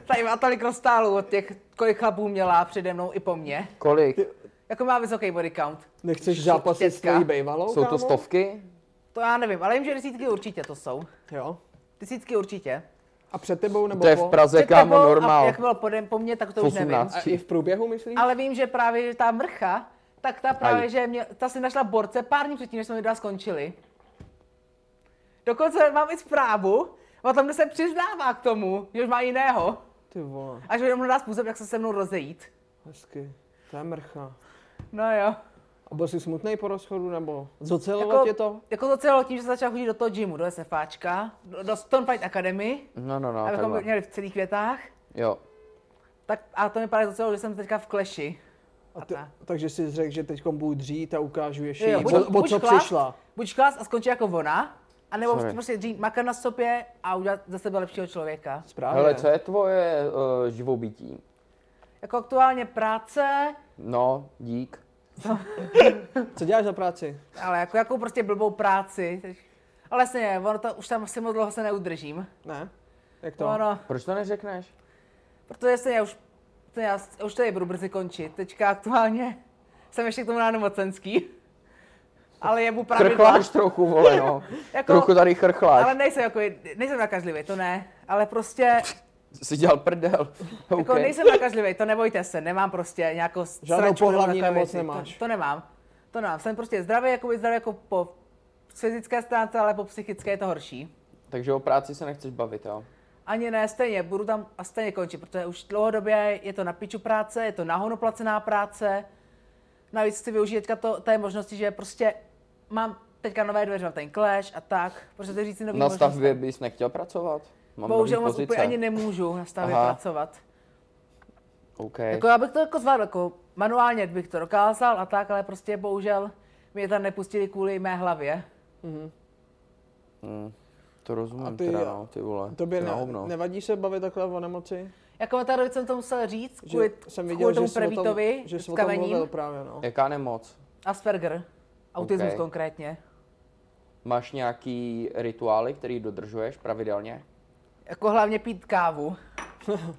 Speaker 3: tady má tolik rozstálů od těch, kolik chlapů měla přede mnou i po mně.
Speaker 2: kolik?
Speaker 3: Jako má vysoký body count.
Speaker 4: Nechceš zápasit s
Speaker 3: Štětka.
Speaker 4: tvojí bejvalou,
Speaker 2: Jsou
Speaker 4: kámo?
Speaker 2: to stovky?
Speaker 3: To já nevím, ale vím, že desítky určitě to jsou.
Speaker 4: Jo.
Speaker 3: Desítky určitě.
Speaker 4: A před tebou nebo
Speaker 2: To je
Speaker 4: po?
Speaker 2: v Praze,
Speaker 3: Před
Speaker 2: kámo,
Speaker 3: tebou a
Speaker 2: normál.
Speaker 3: Jak bylo po, po mně, tak to už nevím.
Speaker 2: 18.
Speaker 4: A i v průběhu, myslíš?
Speaker 3: Ale vím, že právě ta mrcha, tak ta právě,
Speaker 2: Aj.
Speaker 3: že mě, ta si našla borce pár dní předtím, než jsme videa skončili. Dokonce mám i zprávu, o tom, kde se přiznává k tomu, že už má jiného.
Speaker 4: Ty vole,
Speaker 3: A že jenom dá způsob, jak se se mnou rozejít.
Speaker 4: hezky. To je mrcha.
Speaker 3: No jo.
Speaker 4: A byl jsi smutný po rozchodu, nebo zoceloval tě No, to?
Speaker 3: jako to celé tím, že jsem začal chodit do toho gymu, do SFáčka, do, do Stonefight Academy,
Speaker 2: No, no, no,
Speaker 3: no, abychom
Speaker 2: takhle.
Speaker 3: byli měli v celých větách.
Speaker 2: Jo.
Speaker 3: Tak, a to mi právě docela, že jsem teďka v kleši.
Speaker 4: A ty,
Speaker 3: a-
Speaker 4: takže jsi řekl, že teď budu dřít a ukážu
Speaker 3: Jo,
Speaker 4: ještě,
Speaker 3: jo,
Speaker 4: jí, o, o co
Speaker 3: klást-
Speaker 4: přišla.
Speaker 3: buď klas a skončí jako ona, anebo
Speaker 2: Sorry.
Speaker 3: Sorry. prostě dřít makat na sobě a udělat ze sebe lepšího člověka.
Speaker 4: Správně.
Speaker 2: Hele, co je tvoje uh, živobytí?
Speaker 3: Jako aktuálně práce,
Speaker 2: No, dík.
Speaker 4: co děláš za práci?
Speaker 3: ale jako jakou prostě blbou práci. Teď- Ale jasně, ono to už tam asi moc dlouho se neudržím.
Speaker 4: Ne? Jak to?
Speaker 3: To. Ono,
Speaker 2: Proč to neřekneš?
Speaker 3: protože jasně, já už, to já, já už tady budu brzy končit. Teďka aktuálně jsem ještě k tomu na nemocenský. Ale jebu právě
Speaker 2: Chrchláš trochu, vole, no.
Speaker 3: Jako-
Speaker 2: Trochu tady
Speaker 3: Ale
Speaker 2: chrchláš.
Speaker 3: nejsem, jako, nejsem nakažlivý, to ne. Ale prostě
Speaker 2: Jsi dělal prdel.
Speaker 3: Jako
Speaker 2: Okay.
Speaker 3: nejsem nakažlivý, to nebojte se, nemám prostě nějakou
Speaker 4: Žádnou
Speaker 3: sračku nebo takové
Speaker 4: pohlavní nemoc
Speaker 3: věci,
Speaker 4: nemáš.
Speaker 3: To, to nemám, to nemám. Jsem prostě zdravý, jako by zdravý jako po fyzické stránce, ale po psychické je to horší.
Speaker 2: Takže o práci se nechceš bavit, jo.
Speaker 3: Ani ne, stejně, budu tam a stejně končit, protože už dlouhodobě je to na piču práce, je to nahono placená práce. Navíc chci využít teďka to, té možnosti, že prostě mám teďka nové dveře, mám ten clash a tak, prostě to říct si nový
Speaker 2: Na stavbě bys nechtěl pracovat? Mám
Speaker 3: Bohužel
Speaker 2: nový
Speaker 3: moc úplně
Speaker 2: pozice.
Speaker 3: ani nemůžu na stavě
Speaker 2: Aha.
Speaker 3: pracovat.
Speaker 2: OK.
Speaker 3: Jako já bych to jako zvládl, jako manuálně bych to dokázal a tak, ale prostě bohužel mě tam nepustili kvůli mé hlavě.
Speaker 2: To rozumím
Speaker 4: A
Speaker 2: ty,
Speaker 4: ty-
Speaker 2: teda, no, ty vole.
Speaker 4: Tobě
Speaker 2: to je na
Speaker 4: ne,
Speaker 2: hovno.
Speaker 4: nevadí se bavit takhle o nemoci?
Speaker 3: Jako tady jsem to musel říct, kvůli,
Speaker 4: jsem
Speaker 3: kvůli
Speaker 4: viděl,
Speaker 3: tomu
Speaker 4: že jsi o tom,
Speaker 3: Prevítovi
Speaker 4: že
Speaker 3: s
Speaker 4: jsi o tom
Speaker 3: kamením,
Speaker 4: mluvil právě, no.
Speaker 2: Jaká nemoc?
Speaker 3: Asperger, autismus
Speaker 2: Ok.
Speaker 3: konkrétně.
Speaker 2: Máš nějaký rituály, který dodržuješ pravidelně?
Speaker 3: Jako hlavně pít kávu.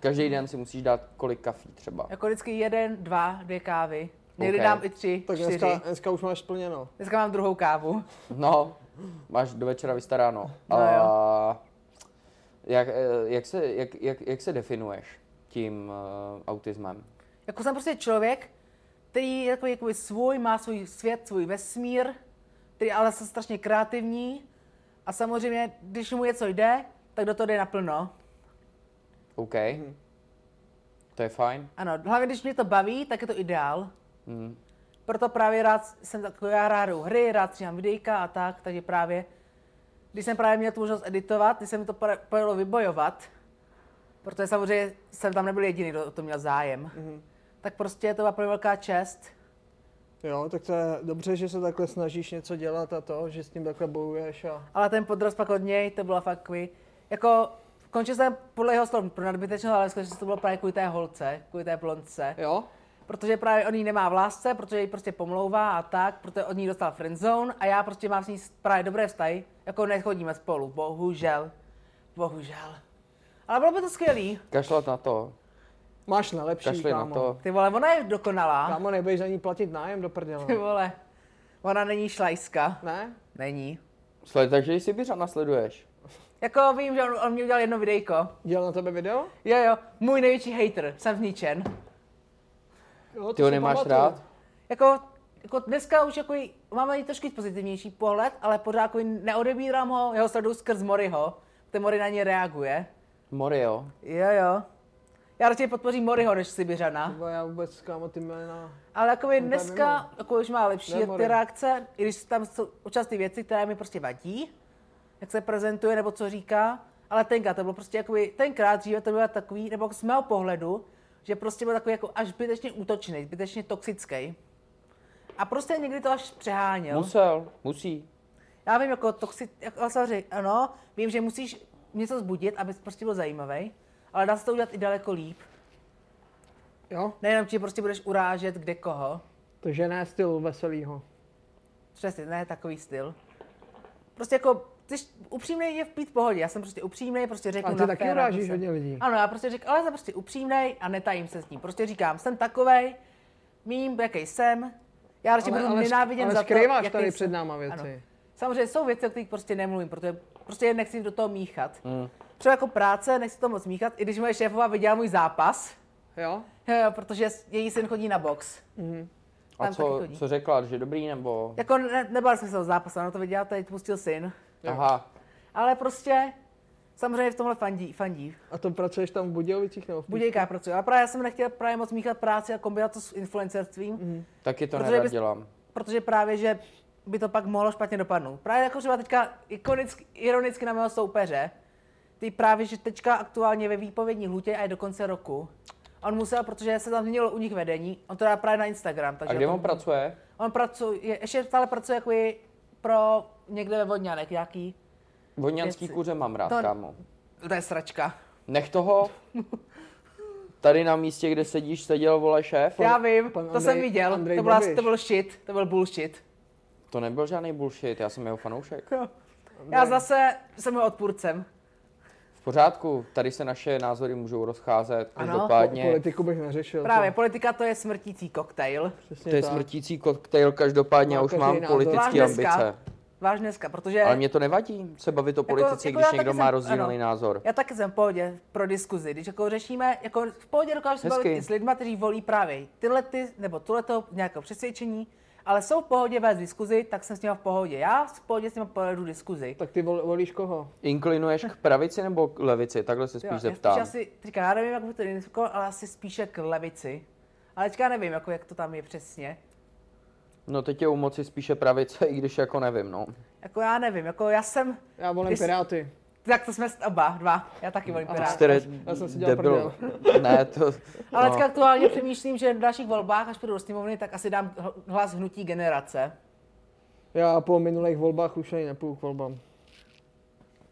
Speaker 2: Každý den si musíš dát kolik kafí třeba.
Speaker 3: Jako vždycky jeden, dva, dvě kávy. Někdy
Speaker 2: Ok.
Speaker 3: dám i tři,
Speaker 4: Tak
Speaker 3: čtyři.
Speaker 4: dneska,
Speaker 3: Dneska...
Speaker 4: dneska už máš no. splněno.
Speaker 3: dneska mám druhou kávu.
Speaker 2: No, máš do večera vystaráno.
Speaker 3: No
Speaker 2: A jak, eh, jak, se, jak, jak, jak se definuješ tím uh, autismem?
Speaker 3: Jako jsem prostě člověk, který je takový jakoby svůj, má svůj svět, svůj vesmír, který ale jsou strašně kreativní a samozřejmě, když mu něco jde, tak do toho jde naplno.
Speaker 2: OK.
Speaker 4: Mhm.
Speaker 2: To je fajn.
Speaker 3: Ano, hlavně když mě to baví, tak je to ideál.
Speaker 2: Mm.
Speaker 3: Proto právě rád jsem takový, já rád hru hry, rád stříhám videjka a tak, takže právě, když jsem právě měl tu možnost editovat, když se mi to poda- podařilo vybojovat, protože samozřejmě jsem tam nebyl jediný, kdo o to měl zájem, tak prostě to byla pro mě velká čest.
Speaker 4: Jo, tak to je dobře, že se takhle snažíš něco dělat a to, že s tím takhle bojuješ a...
Speaker 3: Ale ten podraz pak od něj, to bylo fakt takový, jako končil jsem podle jeho slov pro nadbytečnost, ale skutečně to bylo právě kvůli té holce, kvůli té blonce.
Speaker 4: Jo?
Speaker 3: Protože právě on jí nemá v lásce, protože ji prostě pomlouvá a tak, protože od ní dostal friendzone a já prostě mám s ní právě dobré vztahy, jako nechodíme spolu, bohužel, bohužel. Ale bylo by to skvělý.
Speaker 2: Kašlat na to.
Speaker 4: Máš na lepší,
Speaker 2: Kašli na
Speaker 4: kámo.
Speaker 2: to.
Speaker 3: Ty vole, ona je dokonalá.
Speaker 4: Kámo, nebudeš za ní platit nájem do prdele.
Speaker 3: Ty vole, ona není šlajska.
Speaker 4: Ne?
Speaker 3: Není.
Speaker 2: Sled, takže i Sibiřana sleduješ.
Speaker 4: No
Speaker 3: Jako vím, že on, on mě udělal jedno videjko.
Speaker 4: Dělal na tebe video?
Speaker 3: Jo, jo, můj největší hater, jsem zničen.
Speaker 4: Jo, to
Speaker 2: Ty ho
Speaker 4: si
Speaker 2: nemáš
Speaker 4: pamatuju.
Speaker 2: rád?
Speaker 3: Jako, jako dneska už jako, jí- máme i trošku pozitivnější pohled, ale pořád jako jí neodebírám ho, jeho sleduju skrz Moriho. Ten Mori na ně reaguje.
Speaker 2: Morio.
Speaker 3: Jo, jo. Já radši podpořím Moriho než Sibiřana.
Speaker 4: Nebo já vůbec, kámo, ty jména.
Speaker 3: Ale jako by
Speaker 4: to
Speaker 3: dneska jako už má lepší
Speaker 4: Ne,
Speaker 3: jak
Speaker 4: Mori.
Speaker 3: ty reakce, i když tam jsou občas ty věci, které mi prostě vadí, jak se prezentuje nebo co říká, ale tenkrát to bylo prostě jakoby, tenkrát dříve to bylo takový, nebo z mého pohledu, že prostě byl takový jako až zbytečně útočný, zbytečně toxický. A prostě někdy to až přeháněl.
Speaker 2: Musel, musí.
Speaker 3: Já vím, jako toxic, jako, ale samozřejmě, ano, vím, že musíš něco zbudit, abys prostě byl zajímavý, ale dá se to udělat i daleko líp.
Speaker 4: Jo?
Speaker 3: Nejenom ti prostě budeš urážet kde koho.
Speaker 4: Takže ne styl veselýho.
Speaker 3: Přesně, ne takový styl. Prostě jako, ty upřímnej je v pít v pohodě, já jsem prostě upřímnej, prostě řeknu
Speaker 4: Ale ty
Speaker 3: na
Speaker 4: taky
Speaker 3: féra,
Speaker 4: urážíš
Speaker 3: prostě.
Speaker 4: hodně lidí.
Speaker 3: Ano, já prostě říkám, ale jsem prostě upřímnej a netajím se s ním. Prostě říkám, jsem takovej, mím, jaký jsem, já radši
Speaker 4: Ale-
Speaker 3: budu
Speaker 4: ale sk-
Speaker 3: nenáviděn
Speaker 4: ale
Speaker 3: za to,
Speaker 4: skrýváš
Speaker 3: jaký
Speaker 4: tady
Speaker 3: jsem.
Speaker 4: před náma věci.
Speaker 3: Ano. Samozřejmě jsou věci, o kterých prostě nemluvím, protože prostě je nechci do toho míchat. Mm. třeba jako práce, nechci to moc míchat, i když moje šéfová viděla můj zápas,
Speaker 4: Jo?
Speaker 3: jo, protože její syn chodí na box.
Speaker 2: A
Speaker 3: Tam
Speaker 2: co,
Speaker 3: taky chodí.
Speaker 2: co řekla, že dobrý nebo...
Speaker 3: Jako ne, nebál jsem se o zápas, ona to viděla, teď pustil syn.
Speaker 2: Aha,
Speaker 3: Ale prostě, samozřejmě v tomhle fandí, fandí.
Speaker 4: A to pracuješ tam v Budějovicích nebo v
Speaker 3: Budějka pracuji. A právě já jsem nechtěl právě moc míchat práci a kombinovat to s influencerstvím, mm.
Speaker 2: taky to
Speaker 3: Protože
Speaker 2: nerad
Speaker 3: bys-
Speaker 2: dělám.
Speaker 3: protože právě, že by to pak mohlo špatně dopadnout. Právě jako třeba teďka ikonicky, ironicky na mého soupeře, ty právě, že teďka aktuálně ve výpovědní hlutě a je do konce roku. On musel, protože se tam změnilo u nich vedení, on to dá právě na Instagram. Takže
Speaker 2: A kde
Speaker 3: o tom-
Speaker 2: on pracuje?
Speaker 3: On pracuje, ještě stále pracuje jako i pro někde ve Vodňanek, nějaký.
Speaker 2: Vodňanský
Speaker 3: Věci.
Speaker 2: kuře mám rád,
Speaker 3: To-
Speaker 2: kámo.
Speaker 3: To je sračka.
Speaker 2: Nech toho. Tady na místě, kde sedíš, seděl vole šéf.
Speaker 3: Já vím,
Speaker 4: pan
Speaker 3: to
Speaker 4: Andrej-
Speaker 3: jsem viděl,
Speaker 4: Andrej
Speaker 3: to, byla,
Speaker 4: Babiš.
Speaker 3: to byl shit, to byl bullshit.
Speaker 2: To nebyl žádný bullshit, já jsem jeho fanoušek.
Speaker 3: Já zase jsem jeho odpůrcem.
Speaker 2: V pořádku, tady se naše názory můžou rozcházet.
Speaker 3: Ano.
Speaker 4: Po,
Speaker 2: Každopádně,
Speaker 4: politiku bych neřešil.
Speaker 3: No. Právě, politika to je smrtící koktejl.
Speaker 4: Přesně
Speaker 2: to je
Speaker 4: tak.
Speaker 2: smrtící koktejl, každopádně já
Speaker 4: Má
Speaker 2: už
Speaker 4: každý
Speaker 2: mám
Speaker 4: názor.
Speaker 3: Váš
Speaker 2: politické ambice.
Speaker 3: dneska, váš dneska, protože
Speaker 2: Ale mě to nevadí, se bavit o politice,
Speaker 3: jako
Speaker 2: když
Speaker 3: já
Speaker 2: někdo
Speaker 3: taky
Speaker 2: má
Speaker 3: jsem-
Speaker 2: rozdílný
Speaker 3: ano.
Speaker 2: názor.
Speaker 3: já taky jsem v pohodě pro diskuzi, když jako řešíme, jako v pohodě dokážu se bavit
Speaker 2: Hezky.
Speaker 3: i s lidmi, kteří volí právě tyhle ty, nebo tuhleto nějakého přesvědčení, ale jsou v pohodě vést diskuzi, tak jsem s nimi v pohodě. Já v pohodě s nimi povedu diskuzi.
Speaker 4: Tak ty vol, volíš koho?
Speaker 2: Inklinuješ k pravici nebo k levici? Takhle se spíš
Speaker 3: Jo,
Speaker 2: zeptám.
Speaker 3: Já spíš asi, teďka já nevím, jak by to identifikoval, ale asi spíše k levici. Ale teďka nevím, jako, jak to tam je přesně.
Speaker 2: No teď je u moci spíše pravice, i když jako nevím, no.
Speaker 3: Jako já nevím, jako já jsem,
Speaker 4: Já volím
Speaker 3: Ty jsi-
Speaker 4: Piráty. tak
Speaker 3: tak to jsme s- oba dva, já taky volím Piráty.
Speaker 2: Jste
Speaker 4: já jsem si dělal
Speaker 2: debil. Ne, to...
Speaker 3: Ale
Speaker 2: no.
Speaker 3: teďka aktuálně přemýšlím, že v dalších volbách, až půjdu do sněmovny, tak asi dám hl- hlas hnutí generace.
Speaker 4: Já po minulých volbách už ani nepůjdu k volbám.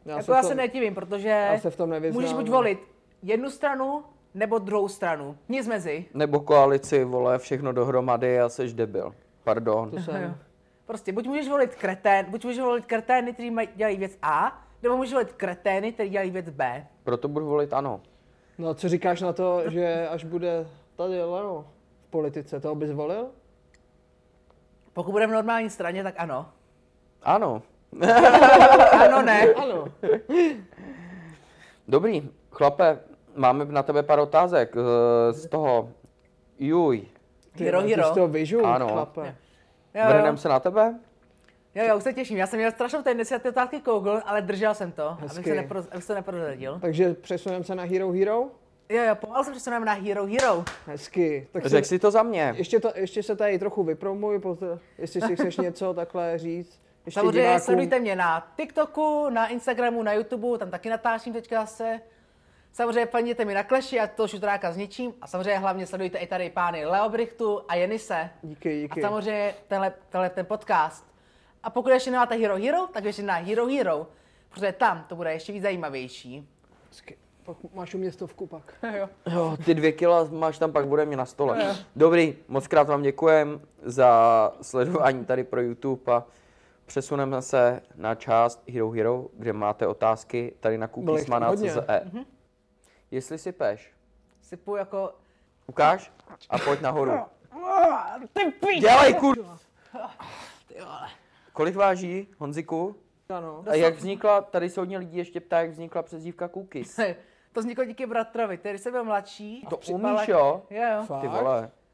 Speaker 3: Já
Speaker 4: jsem
Speaker 3: jako já
Speaker 4: v
Speaker 3: se
Speaker 4: tom-
Speaker 3: nedivím, protože
Speaker 4: já se v tom nevyznám,
Speaker 3: můžeš buď
Speaker 4: no.
Speaker 3: volit jednu stranu, nebo druhou stranu. Nic mezi.
Speaker 2: Nebo koalici, vole, všechno dohromady a seš debil. Pardon.
Speaker 4: To jsem.
Speaker 3: Prostě buď můžeš volit kretén, buď můžeš volit kretény, kteří mají- dělají věc A, nebo můžeš volit kretény, kteří dělají věc B.
Speaker 2: Proto budu volit ano.
Speaker 4: No a co říkáš na to, že až bude tady Leno v politice, toho bys volil?
Speaker 3: Pokud budeme v normální straně, tak ano.
Speaker 2: Ano.
Speaker 3: Ano, ne.
Speaker 4: Ano.
Speaker 2: Dobrý, chlape, máme na tebe pár otázek eh, z toho. Juj,
Speaker 3: Hero,
Speaker 4: ty
Speaker 3: hero.
Speaker 4: z toho vyžu,
Speaker 2: Ano.
Speaker 4: chlape.
Speaker 3: Jo, jo,
Speaker 2: vrhneme se na tebe?
Speaker 3: jo, jo, už se těším. Já jsem měl strašnou tendenci na ty otázky Google, ale držel jsem to, abych
Speaker 4: Hezky.
Speaker 3: se, nepro, abych se neprozradil.
Speaker 4: Takže přesuneme se na Hero Hero.
Speaker 3: Jo, jo, pomalu se přesuneme na Hero Hero.
Speaker 4: Hezky. Tak
Speaker 2: Řek
Speaker 4: si...
Speaker 2: si to za mě.
Speaker 4: Ještě, to, ještě se tady trochu vypromuj, poté, jestli si chceš něco takhle říct. Ještě
Speaker 3: Samozřejmě
Speaker 4: divákům.
Speaker 3: sledujte mě na TikToku, na Instagramu, na YouTube, tam taky natáčím teďka se. Samozřejmě plněte mi na kleši a to šutráka s ničím. A samozřejmě hlavně sledujte i tady pány Leobrichtu a Jenise.
Speaker 4: Díky, díky.
Speaker 3: A samozřejmě tenhle, tenhle ten podcast. A pokud ještě nemáte Hero Hero, tak ještě na Hero Hero, protože tam to bude ještě víc zajímavější.
Speaker 4: Hezky. Pak máš u mě stovku pak.
Speaker 2: Jo, ty dvě kila máš tam, pak bude mě na stole. Dobrý, moc krát vám děkujem za sledování tady pro YouTube a přesuneme se na část Hero Hero, kde máte otázky tady na
Speaker 4: Bylo
Speaker 2: kůpí
Speaker 4: jich
Speaker 2: s maná
Speaker 4: hodně. Mhm.
Speaker 2: CZE. E. Jestli si peš,
Speaker 3: Sypu jako...
Speaker 2: ukáž a pojď nahoru.
Speaker 3: Ty píč!
Speaker 2: Dělej kur... Kolik váží, Honziku?
Speaker 4: Ano.
Speaker 2: A jak vznikla, tady se hodně lidí ještě ptá, jak vznikla přezdívka Cookies.
Speaker 3: To vzniklo díky bratrovi, který jsem byl mladší.
Speaker 2: To
Speaker 3: Připadla-
Speaker 2: umíš, jo?
Speaker 3: Jo, jo.
Speaker 2: Ty vole.